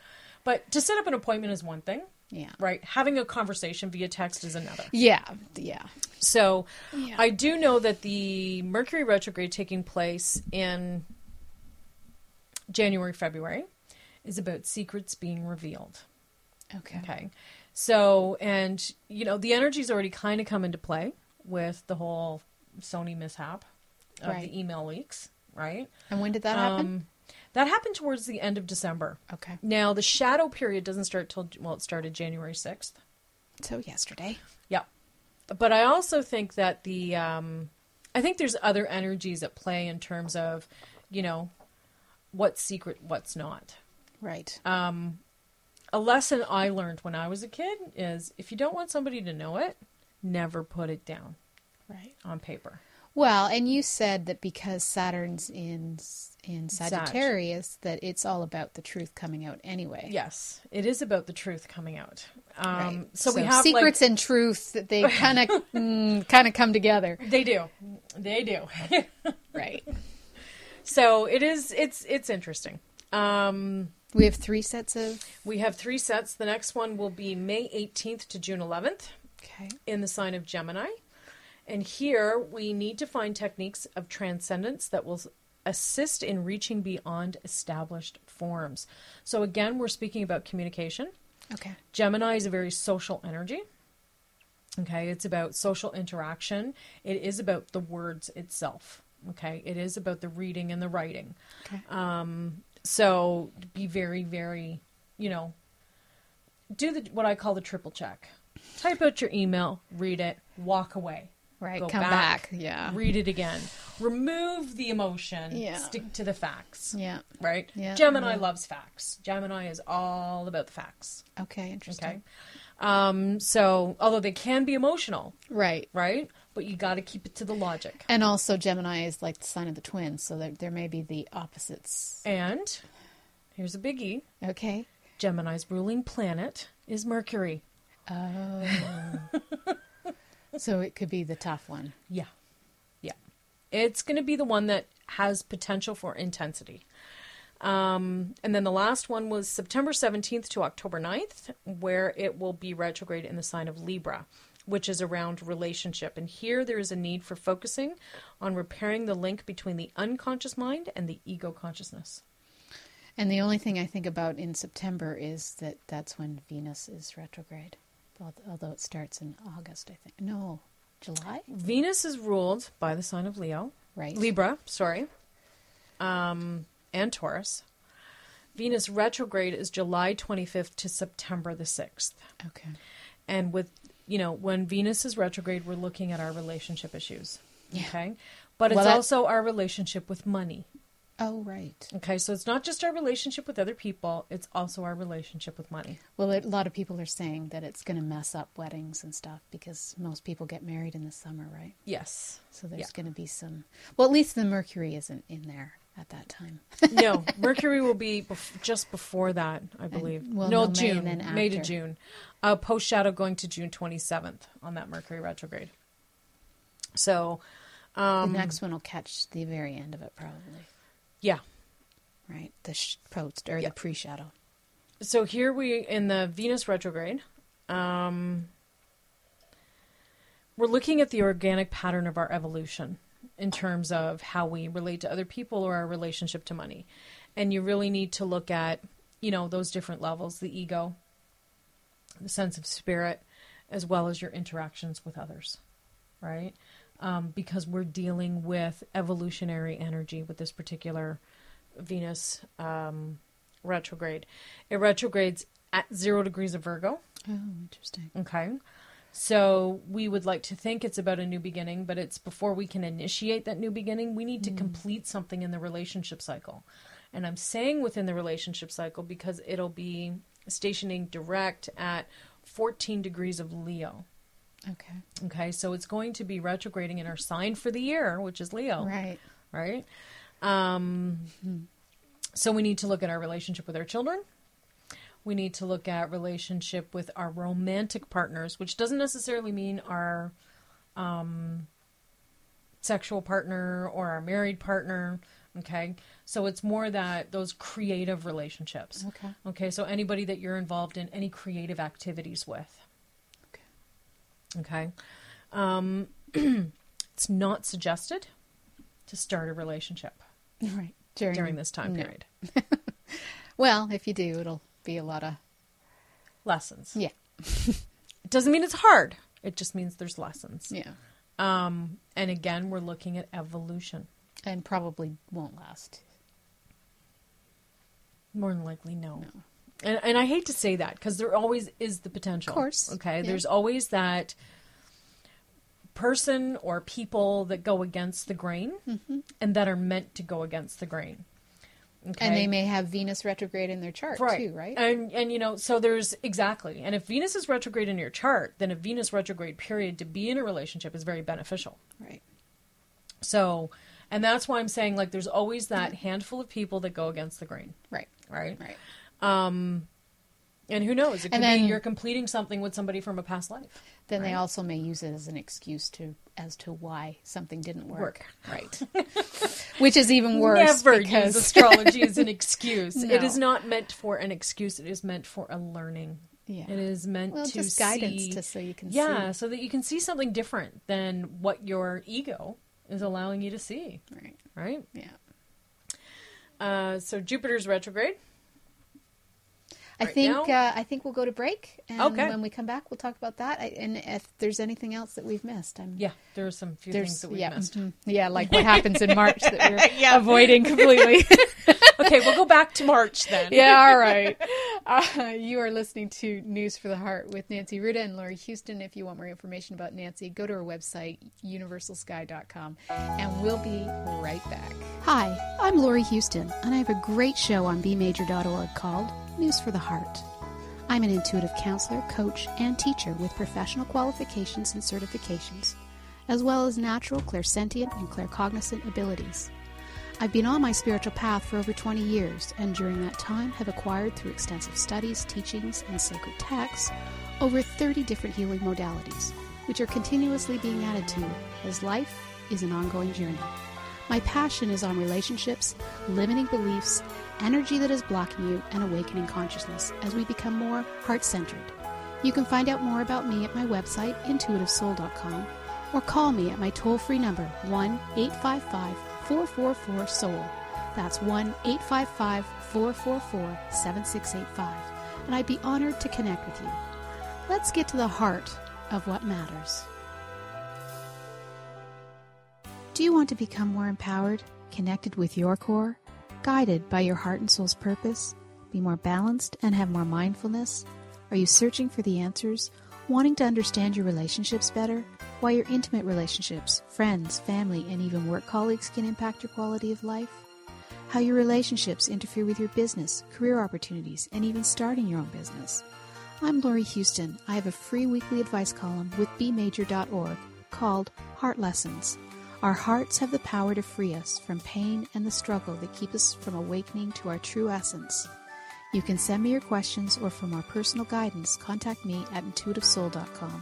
But to set up an appointment is one thing,
Yeah.
right? Having a conversation via text is another.
Yeah. Yeah.
So,
Yeah.
I do know that the Mercury retrograde taking place in January February is about secrets being revealed.
Okay.
Okay. So, and, you know, the energy's already kind of come into play with the whole Sony mishap of
Right.
the email leaks, right?
And when did that happen?
Um, that happened towards the end of December.
okay.
Now, the shadow period doesn't start till, well, it started January 6th.
So yesterday.
Yeah. But I also think that the, um, I think there's other energies at play in terms of, you know, what's secret, what's not.
Right.
a lesson I learned when I was a kid is if you don't want somebody to know it, never put it down
right.
on paper.
Well, and you said that because Saturn's in in
Sag.
Sagittarius, that it's all about the truth coming out anyway.
Yes, it is about the truth coming out. Um,
Right.
so, we have
secrets
Like,
and truth that they kind of mm, kind of come together.
they do, they do.
Right.
so it is. It's it's interesting. Um,
We have three sets of.
we have three sets. The next one will be May 18th to June 11th
Okay.
in the sign of Gemini. And here we need to find techniques of transcendence that will s- assist in reaching beyond established forms. So, again, we're speaking about communication.
Okay.
Gemini is a very social energy. Okay, it's about social interaction. It is about the words itself. Okay, it is about the reading and the writing.
Okay.
Um, So be very, very, you know, do the what I call the triple check. Type out your email, read it, walk away.
Right,
go
come back, yeah.
Read it again. Remove the emotion.
Yeah.
Stick to the facts.
yeah.
Right?
Yeah. Mm-hmm.
Gemini loves facts. Gemini is all about the facts.
Okay. Interesting.
Okay. Um, so although they can be emotional,
Right.
right? But you gotta keep it to the logic.
And also, Gemini is like the sign of the twins, so there, there may be the opposites.
And here's a biggie.
Okay.
Gemini's ruling planet is Mercury.
So it could be the tough one.
Yeah. Yeah. It's going to be the one that has potential for intensity. Um, and then the last one was September 17th to October 9th, where it will be retrograde in the sign of Libra, which is around relationship. And here there is a need for focusing on repairing the link between the unconscious mind and the ego consciousness.
And the only thing I think about in September is that that's when Venus is retrograde, Al- although it starts in August, I think. No, July?
Venus is ruled by the sign of Leo,
Right.
Libra, sorry, um, and Taurus. Venus retrograde is July 25th to September the 6th.
Okay.
And with, you know, when Venus is retrograde, we're looking at our relationship issues. Okay. But it's
Well, that-
also our relationship with money.
Oh, right.
Okay. So it's not just our relationship with other people, it's also our relationship with money.
Well, it, a lot of people are saying that it's going to mess up weddings and stuff because most people get married in the summer, right?
Yes.
So there's
Yeah.
going to be some. Well, at least the Mercury isn't in there at that time.
no, Mercury will be bef- just before that, I believe.
well,
no,
no, May
June,
and then
May to
after.
June. Uh, Post shadow going to June twenty seventh on that Mercury retrograde. So,
the next one will catch the very end of it, probably.
yeah.
Right? The sh- post or
Yeah.
the pre shadow.
So here we in the Venus retrograde. Um, we're looking at the organic pattern of our evolution in terms of how we relate to other people or our relationship to money, and you really need to look at you know those different levels: the ego, the sense of spirit, as well as your interactions with others, right? Um, because we're dealing with evolutionary energy with this particular Venus um, retrograde. It retrogrades at zero degrees of Virgo.
Oh, interesting.
Okay. So we would like to think it's about a new beginning, but it's before we can initiate that new beginning, we need to complete something in the relationship cycle. And I'm saying within the relationship cycle because it'll be stationing direct at 14 degrees of Leo.
Okay.
Okay, so it's going to be retrograding in our sign for the year, which is Leo
Right.
right? Um, So we need to look at our relationship with our children. We need to look at relationship with our romantic partners, which doesn't necessarily mean our um, sexual partner or our married partner. Okay, so it's more that those creative relationships.
Okay.
Okay, so anybody that you're involved in any creative activities with.
Okay.
Okay. Um, it's not suggested to start a relationship
Right. During,
during this time
no.
period.
Well, if you do, it'll be a lot of.
Lessons.
Yeah.
It doesn't mean it's hard. It just means there's lessons.
Yeah.
Um, and again, we're looking at evolution.
And probably won't last.
More than likely, no. And, and I hate to say that because there always is the potential.
Of course.
Okay.
Yeah.
There's always that person or people that go against the grain
Mm-hmm.
and that are meant to go against the grain. Okay?
And they may have Venus retrograde in their chart too, right?
And and you know, so there's exactly. And if Venus is retrograde in your chart, then a Venus retrograde period to be in a relationship is very beneficial.
right.
So, and that's why I'm saying like there's always that handful of people that go against the grain,
Right.
right?
Mm-hmm. Right.
And who knows? It could
And
be
then-
you're completing something with somebody from a past life.
Then they also may use it as an excuse to as to why something didn't work.
Work.
Right. Which is even worse.
Never
because
use astrology as an excuse. It is not meant for an excuse. It is meant for a learning.
Yeah.
It is meant
Well,
to
just guidance
see,
to- so you can
yeah, so that you can see something different than what your ego is allowing you to see,
right.
right?
Yeah.
Uh, so Jupiter's retrograde.
I
Right
think
now?
uh, I think we'll go to break, and
Okay.
when we come back, we'll talk about that. I, and if there's anything else that we've missed, I'm
Yeah, there are some few things that we
yeah,
missed.
mhm. yeah, like what happens in March that we're avoiding completely.
okay, we'll go back to March then.
yeah, all right. Uh, you are listening to News for the Heart with Nancy Ruda and Lori Houston. If you want more information about Nancy, go to her website, universalsky.com, and we'll be right back.
Hi, I'm Lori Houston, and I have a great show on bmajor.org called News for the Heart. I'm an intuitive counselor, coach, and teacher with professional qualifications and certifications, as well as natural clairsentient and claircognizant abilities. I've been on my spiritual path for over 20 years, and during that time have acquired through extensive studies, teachings, and sacred texts over 30 different healing modalities, which are continuously being added to as life is an ongoing journey. My passion is on relationships, limiting beliefs, energy that is blocking you, and awakening consciousness as we become more heart centered. You can find out more about me at my website, intuitivesoul.com, or call me at my toll free number, 1 855 444 SOUL. That's 1 855 444 7685, and I'd be honored to connect with you. Let's get to the heart of what matters. Do you want to become more empowered, connected with your core, guided by your heart and soul's purpose, be more balanced, and have more mindfulness? Are you searching for the answers, wanting to understand your relationships better? Why your intimate relationships, friends, family, and even work colleagues can impact your quality of life? How your relationships interfere with your business, career opportunities, and even starting your own business? I'm Lori Houston. I have a free weekly advice column with bmajor.org called Heart Lessons. Our hearts have the power to free us from pain and the struggle that keep us from awakening to our true essence. You can send me your questions or for more personal guidance, contact me at intuitivesoul.com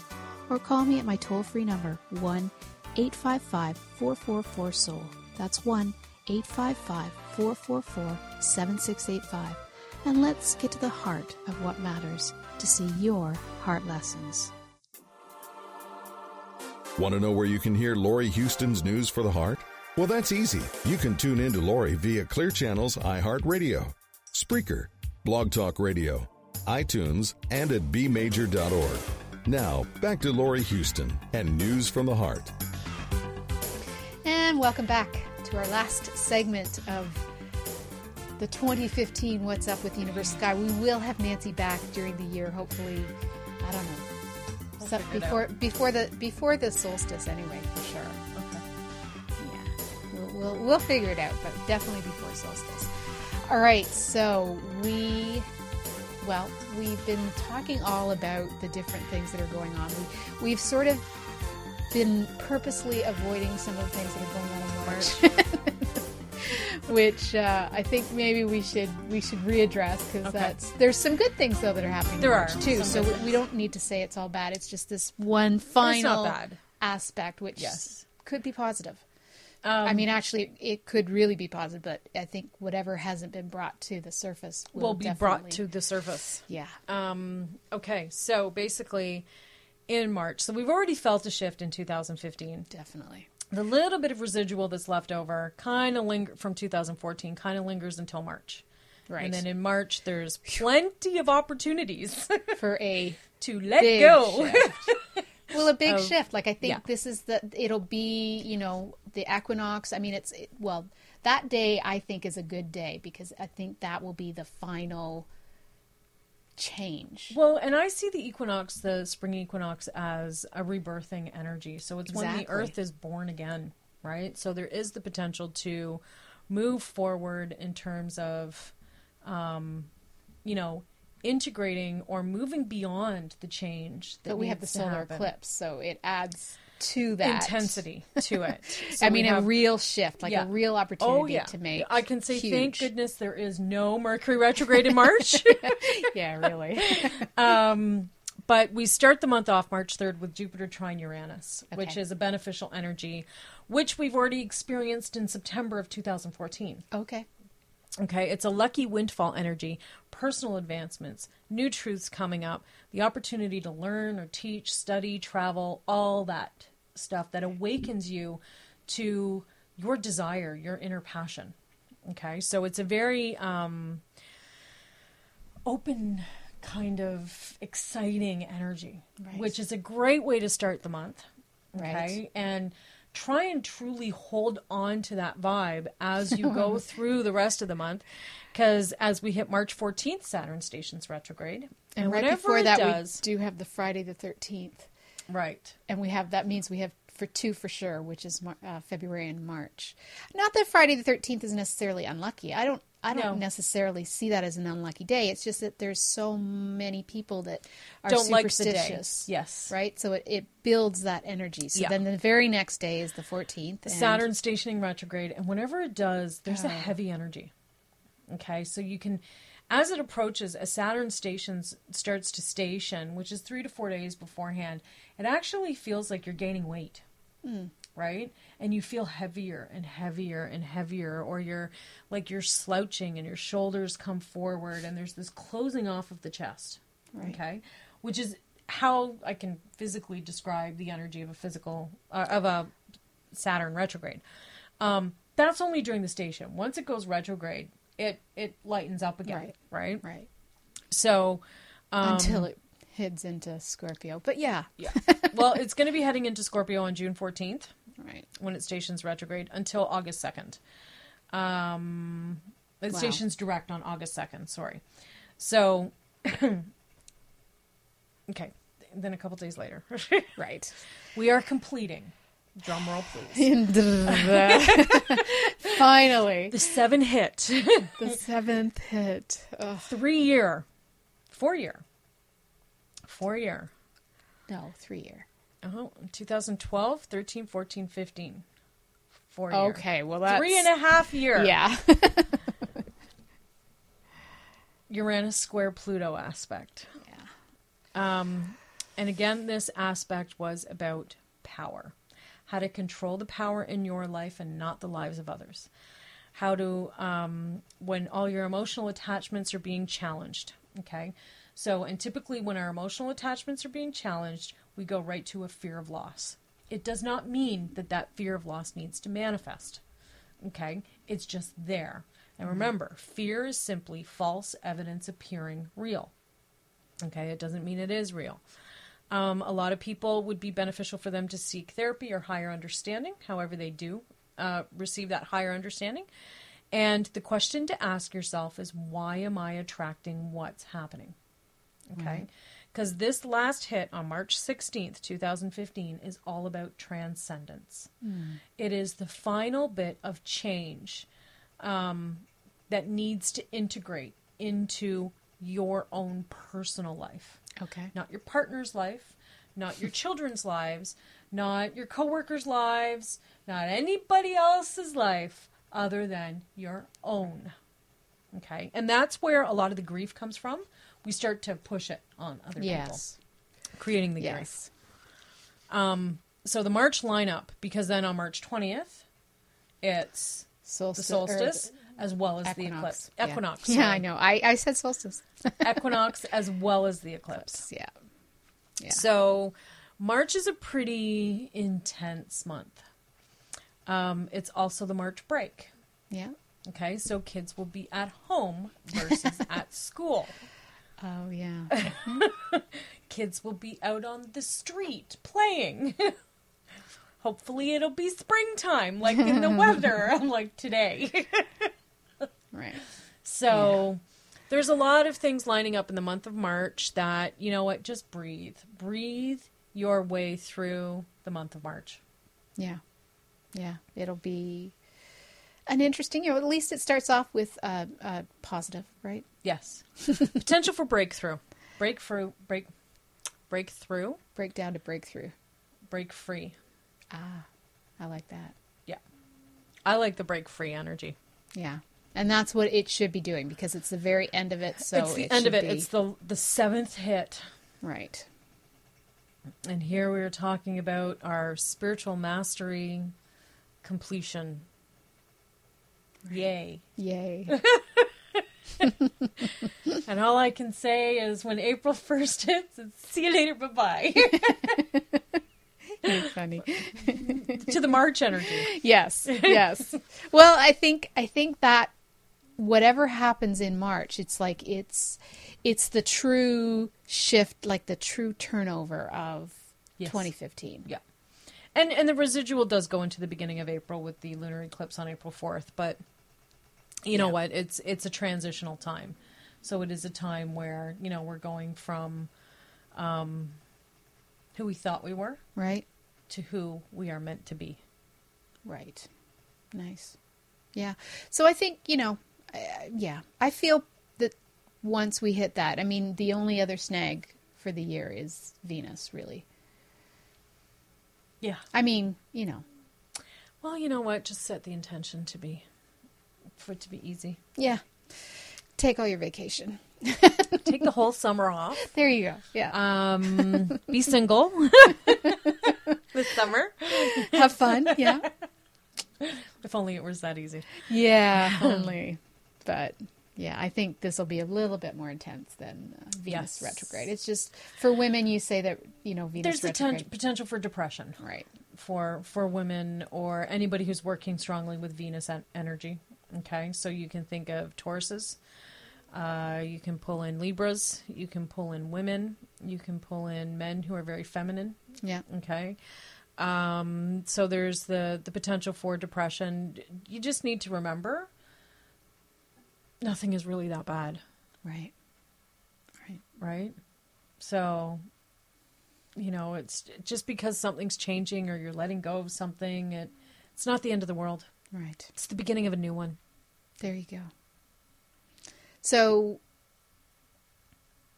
or call me at my toll free number 1 855 444 Soul. That's 1 855 444 7685. And let's get to the heart of what matters to see your heart lessons.
Want to know where you can hear Lori Houston's News for the Heart? Well, that's easy. You can tune in to Lori via Clear Channel's iHeartRadio, Spreaker, Blog Talk Radio, iTunes, and at bmajor.org. Now, back to Lori Houston and News from the Heart.
And welcome back to our last segment of the 2015 What's Up with Universal Sky. We will have Nancy back during the year, hopefully. I don't know. So-
figure it
before before the before the solstice, anyway, for sure. Yeah, we'll, we'll we'll figure it out, but definitely before solstice. All right, so we well, we've been talking all about the different things that are going on. We, we've sort of been purposely avoiding some of the things that are going on in March, which uh, I think maybe we should we should readdress because that's there's some good things though that are happening
There
in March
are
too. So
some
we,
good
we don't need to say it's all bad. It's just this one final
bad.
aspect, which
Yes.
could be positive.
Um,
I mean, actually, it could really be positive, but I think whatever hasn't been brought to the surface will,
will be brought to
definitely-
the surface.
yeah.
Um, okay, so basically in March, so we've already felt a shift in 2015.
Definitely.
The little bit of residual that's left over kind of linger from 2014 kind of lingers until March.
Right.
And then in March there's plenty of opportunities
For a
to let
big
go.
shift. well, a big
Of-
shift. Like I think
yeah.
this is the it'll be, you know, the equinox. I mean, it's it, well, that day I think is a good day because I think that will be the final change.
Well, and I see the equinox, the spring equinox, as a rebirthing energy. So it's when the
Exactly.
earth is born again, right? So there is the potential to move forward in terms of, um, you know, integrating or moving beyond the change that
but we have the
needs to
solar
happen.
eclipse, so it adds to that
intensity to it. So
I
we
mean,
have-
a real shift, like
yeah.
a real opportunity
oh, yeah.
to make.
I can say thank
huge-
goodness there is no Mercury retrograde in March.
Yeah, really.
um, But we start the month off March 3rd with Jupiter trine Uranus, which
Okay.
is a beneficial energy, which we've already experienced in September of 2014.
Okay.
Okay, it's a lucky windfall energy, personal advancements, new truths coming up, the opportunity to learn or teach, study, travel, all that stuff that awakens you to your desire, your inner passion. Okay, so it's a very um, open kind of exciting energy,
Right.
which is a great way to start the month. Okay,
Right.
and try and truly hold on to that vibe as you go through the rest of the month. Because as we hit March 14th, Saturn stations retrograde.
And, right
whatever
before
it
that,
does,
we do have the Friday the 13th.
right.
and we have that means we have for two for sure, which is Mar- uh, February and March. Not that Friday the thirteenth is necessarily unlucky. I don't. I don't
No.
necessarily see that as an unlucky day. It's just that there's so many people that are
Don't like the day.
superstitious.
Yes.
Right. So it, it builds that energy. So
Yeah.
then the very next day is the fourteenth.
Saturn stationing retrograde, and whenever it does, there's a heavy energy. Okay, so you can, as it approaches, as Saturn stations starts to station, which is three to four days beforehand, it actually feels like you're gaining weight, right? And you feel heavier and heavier and heavier, or you're like you're slouching and your shoulders come forward, and there's this closing off of the chest.
Right.
Okay, which is how I can physically describe the energy of a physical uh, of a Saturn retrograde. Um, that's only during the station. Once it goes retrograde, it it lightens up again,
Right.
right?
Right.
So, um,
Until it heads into Scorpio. But yeah.
yeah. well, it's going to be heading into Scorpio on June fourteenth
Right.
when it stations retrograde until August second. Um, it
Wow.
stations direct on August second. Sorry. So, okay. Then a couple days later,
Right.
we are completing. Drum roll, please.
Finally,
The seven hit.
the seventh hit. Ugh.
three year, four year, four year.
No, three year.
Oh, 2012, 13, 14, 15. Four year.
Okay, well that's
Three and a half year.
Yeah.
Uranus square Pluto aspect. Um, and again, this aspect was about power how to control the power in your life and not the lives of others. How to, um, when all your emotional attachments are being challenged. Okay. So, and typically when our emotional attachments are being challenged, we go right to a fear of loss. It does not mean that that fear of loss needs to manifest. Okay. It's just there. And remember, fear is simply false evidence appearing real. Okay, it doesn't mean it is real. Um, a lot of people would be beneficial for them to seek therapy or higher understanding, however, they do uh, receive that higher understanding. And the question to ask yourself is why am I attracting what's happening? Okay, because this last hit on March 16th, 2015, is all about transcendence. It is the final bit of change that needs to integrate into your own personal life.
Okay.
Not your partner's life, not your children's lives, not your coworkers' lives, not anybody else's life other than your own. Okay? And that's where a lot of the grief comes from. We start to push it on other
Yes.
people, creating the grief.
Yes.
So the March lineup, because then on March 20th, it's the
Solstice. or
solstice as well as the eclipse.
Equinox. Yeah.
Equinox.
Yeah,
sorry.
I know. I, I said solstice.
equinox as well as the eclipse.
yeah. Yeah.
So March is a pretty intense month. Um, it's also the March break.
Yeah.
Okay, so kids will be at home versus at school.
Oh yeah.
Kids will be out on the street playing. Hopefully, it'll be springtime, like in the weather, like today.
right.
So there's a lot of things lining up in the month of March that, you know what, just breathe. Breathe your way through the month of March.
Yeah. Yeah. It'll be an interesting. You know, at least it starts off with uh, uh, positive, right?
Yes. Potential for breakthrough. Breakthrough, break, breakthrough,
Breakdown to breakthrough.
break free.
Ah, I like that.
Yeah. I like the break free energy.
Yeah. And that's what it should be doing because it's the very end of it. So
it's the
it
end of
should
it.
be-
It's the the seventh hit.
right.
And here we are talking about our spiritual mastery completion. Yay.
Yay.
And all I can say is when April 1st hits, it's see you later, bye bye.
You're funny.
to the March energy.
Yes. Yes. well, I think I think that whatever happens in March, it's like it's it's the true shift, like the true turnover of
Yes.
2015.
Yeah. And and the residual does go into the beginning of April with the lunar eclipse on April 4th, but you know what? It's it's a transitional time. So it is a time where, you know, we're going from um who we thought we were
Right.
to who we are meant to be.
Right. Nice. Yeah. So I think, you know, I- I- yeah, I feel that once we hit that, I mean, the only other snag for the year is Venus, really.
Yeah.
I mean, you know,
Well, you know what? Just set the intention to be for it to be easy.
yeah. Take all your vacation.
Take the whole summer off.
There you go. Uh, Yeah.
Um, be single this summer.
Have fun. Yeah.
If only it was that easy.
Yeah, only. But yeah, I think this will be a little bit more intense than uh, Venus
Yes.
retrograde. It's just for women. You say that you know Venus
There's the ten-
retrograde,
potential for depression
right?
for for women or anybody who's working strongly with Venus en- energy. Okay, so you can think of Tauruses. Uh, you can pull in Libras. You can pull in women. You can pull in men who are very feminine.
Yeah,
okay um so there's the the potential for depression you just need to remember nothing is really that bad
right, right.
right so you know it's just because something's changing or you're letting go of something it it's not the end of the world
Right.
it's the beginning of a new one
There you go. So,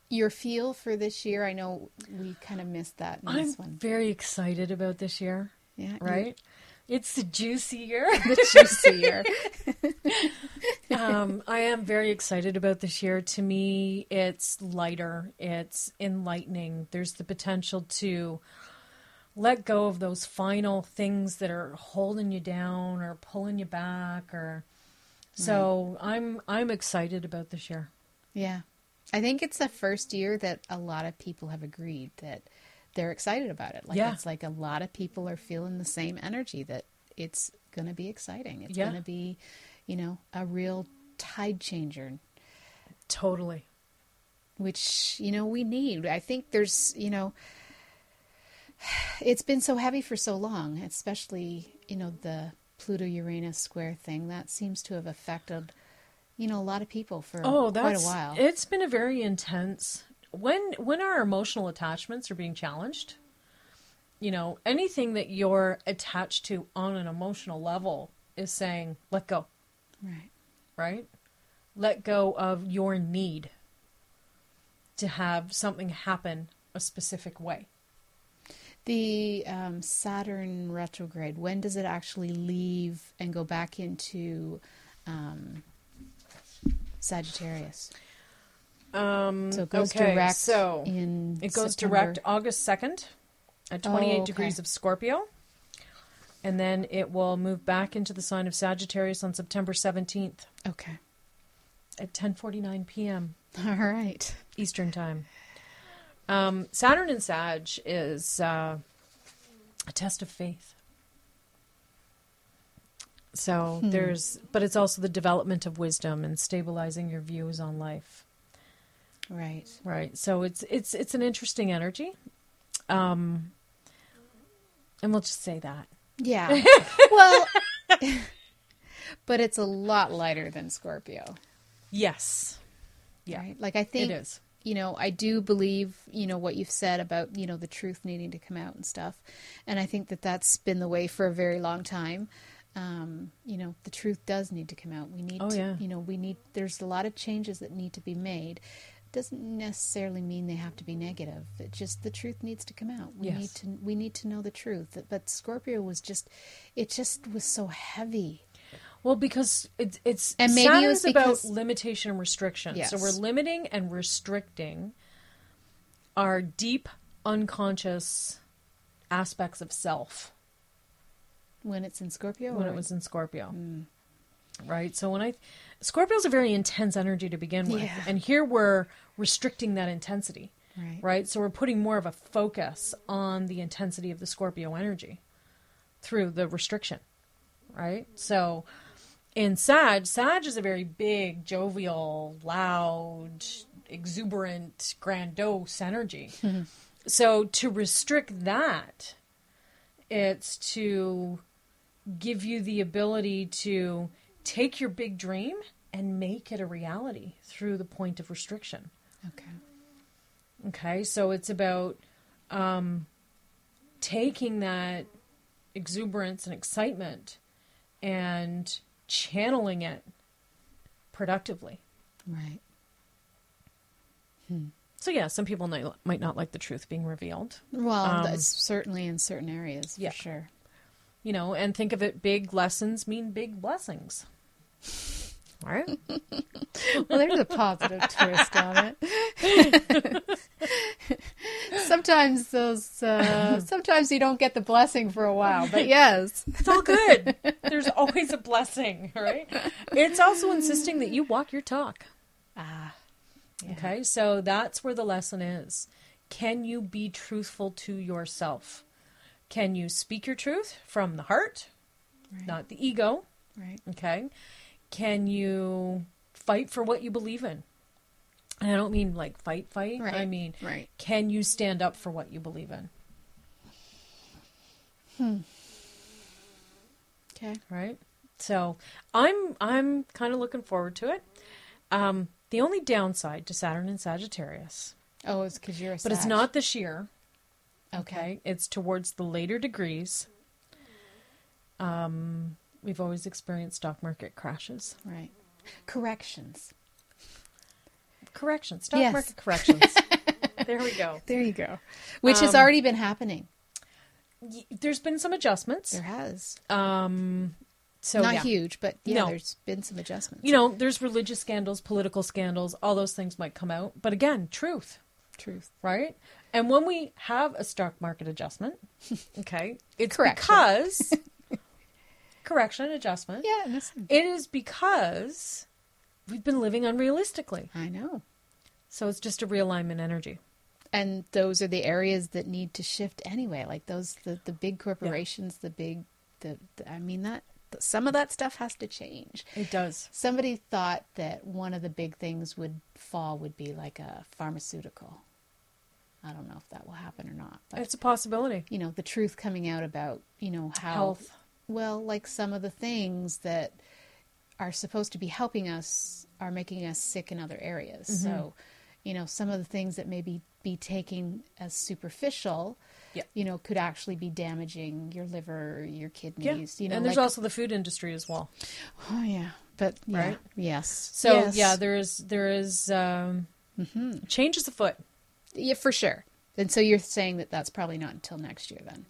your feel for this year, I know we kind of missed that in
i'm
this one.
very excited about this year
Yeah, you-
right it's a juicy year
The juicy year.
um, I am very excited about this year. To me, it's lighter, it's enlightening. There's the potential to let go of those final things that are holding you down or pulling you back or so I'm I'm excited about this year.
Yeah. I think it's the first year that a lot of people have agreed that they're excited about it. Like
Yeah.
it's like a lot of people are feeling the same energy that it's going to be exciting. It's
Yeah.
going to be, you know, a real tide changer,
Totally.
which, you know, we need. I think there's, you know, it's been so heavy for so long, especially, you know, the Pluto Uranus square thing that seems to have affected, you know, a lot of people for quite a
Oh, that's
while.
it's been a very intense when when our emotional attachments are being challenged. You know, anything that you're attached to on an emotional level is saying, let go,
right.
right? Let go of your need to have something happen a specific way.
The um, Saturn retrograde, when does it actually leave and go back into um, Sagittarius?
Um,
So it goes
okay,
direct
So
in
It goes
September. Oh,
direct August 2nd at 28
okay.
degrees of Scorpio. And then it will move back into the sign of Sagittarius on September 17th
Okay.
at 10:49 p.m.
All right.
Eastern Time. Um, Saturn in Sag is uh, a test of faith. So
Hmm.
there's, but it's also the development of wisdom and stabilizing your views on life.
Right.
Right. So it's it's it's an interesting energy. Um and we'll just say that.
Yeah. well, but it's a lot lighter than Scorpio.
Yes. Yeah.
Right? Like, I think.
It is.
you know, I do believe, you know, what you've said about, you know, the truth needing to come out and stuff. And I think that that's been the way for a very long time. Um, you know, the truth does need to come out. We need
Oh,
to,
yeah.
you know, we need, there's a lot of changes that need to be made. Doesn't necessarily mean they have to be negative. It just, the truth needs to come out. We
Yes.
need to, we need to know the truth. But Scorpio was just, it just was so heavy.
Well, because it's it's
And maybe it
Saturn's
was because-
about limitation and restriction. So
Yes.
we're limiting and restricting our deep unconscious aspects of self
when it's in Scorpio. Mm.
when
or-
it was in Scorpio. Right? So when I Scorpio's a very intense energy to begin with.
Yeah.
And here we're restricting that intensity.
Right.
Right? So we're putting more of a focus on the intensity of the Scorpio energy through the restriction. Right? So in Sag, Sag is a very big, jovial, loud, exuberant, grandiose energy. so to restrict that, it's to give you the ability to take your big dream and make it a reality through the point of restriction.
Okay.
Okay, so it's about um, taking that exuberance and excitement and channeling it productively.
Right.
So yeah, some people might, might not like the truth being revealed,
Well, that's certainly in certain areas,
yeah.
for sure.
you know, and think of it: big lessons mean big blessings. All right.
Well, there's a positive twist on it. sometimes those, uh, sometimes you don't get the blessing for a while, but yes,
It's all good. There's always a blessing, right? It's also insisting that you walk your talk. Ah. Okay, so that's where the lesson is. Can you be truthful to yourself? Can you speak your truth from the heart, not the ego?
Right.
Okay. Can you fight for what you believe in? And I don't mean like fight, fight. I
Right,
mean,
right.
can you stand up for what you believe in?
okay,
right so i'm i'm kind of looking forward to it um the only downside to saturn and sagittarius
Oh, it's because you're a.
but it's
Sag.
not this year
okay.
okay it's towards the later degrees um we've always experienced stock market crashes
Right. Corrections.
corrections stock
Yes.
market corrections there we go
There you go. Which has already been happening.
Y- there's been some adjustments
There has.
um so
not
yeah.
huge, but yeah,
No.
there's been some adjustments.
you know there's religious scandals political scandals all those things might come out but again truth
Truth.
right? And when we have a stock market adjustment, okay, it's
Correction.
because correction adjustment.
Yeah, and it's-
It is because we've been living unrealistically.
I know.
So it's just a realignment energy.
And those are the areas that need to shift anyway. Like those, the, the big corporations, the big, the, the I mean that some of that stuff has to change.
It does.
Somebody thought that one of the big things would fall would be like a pharmaceutical. I don't know if that will happen or not, but
It's a possibility.
you know the truth coming out about you know how
Health.
well like some of the things that are supposed to be helping us are making us sick in other areas
Mm-hmm.
so you know some of the things that maybe be taking as superficial
Yeah.
you know could actually be damaging your liver your
Yeah.
kidneys you know
and there's
like-
also the food industry as well.
oh yeah but yeah
Right?
yes
So
Yes. Mm-hmm.
yeah, there is there is um, changes afoot.
yeah for sure and so you're saying that that's probably not until next year then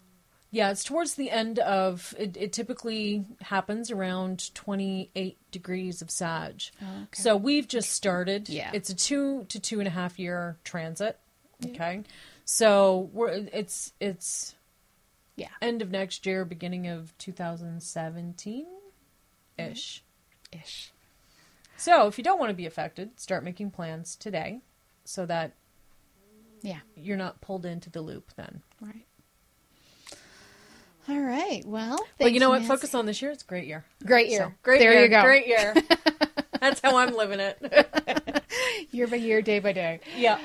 Yeah, it's towards the end of it. It typically happens around twenty-eight degrees of Sag. So we've just started.
Yeah.
it's a two to two and a half year transit. Okay, so we're it's it's
yeah
end of next year, beginning of two thousand seventeen ish.
ish
So if you don't want to be affected, start making plans today, so that
yeah
you're not pulled into the loop then.
Right. All right. Well,
but you know what?
thanks,
Focus on this year. It's a great year.
Great
So,
year.
great
there
year.
you go.
Great year. That's how I'm living it.
Year by year, day by day.
Yeah.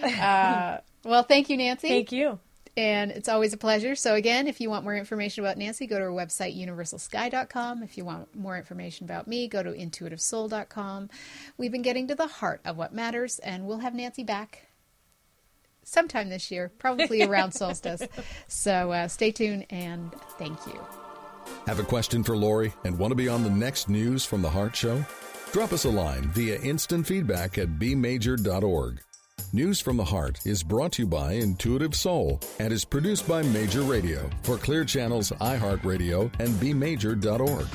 Uh, well, thank you, Nancy.
Thank you.
And it's always a pleasure. So, again, if you want more information about Nancy, go to her website, universalsky.com. If you want more information about me, go to intuitivesoul.com. We've been getting to the heart of what matters, and we'll have Nancy back sometime this year, probably around solstice. So, uh, stay tuned and thank you.
Have a question for Lori and want to be on the next news from the Heart Show? Drop us a line via instant feedback at bmajor.org. News from the Heart is brought to you by Intuitive Soul and is produced by Major Radio for Clear Channels, iHeartRadio, and bmajor.org.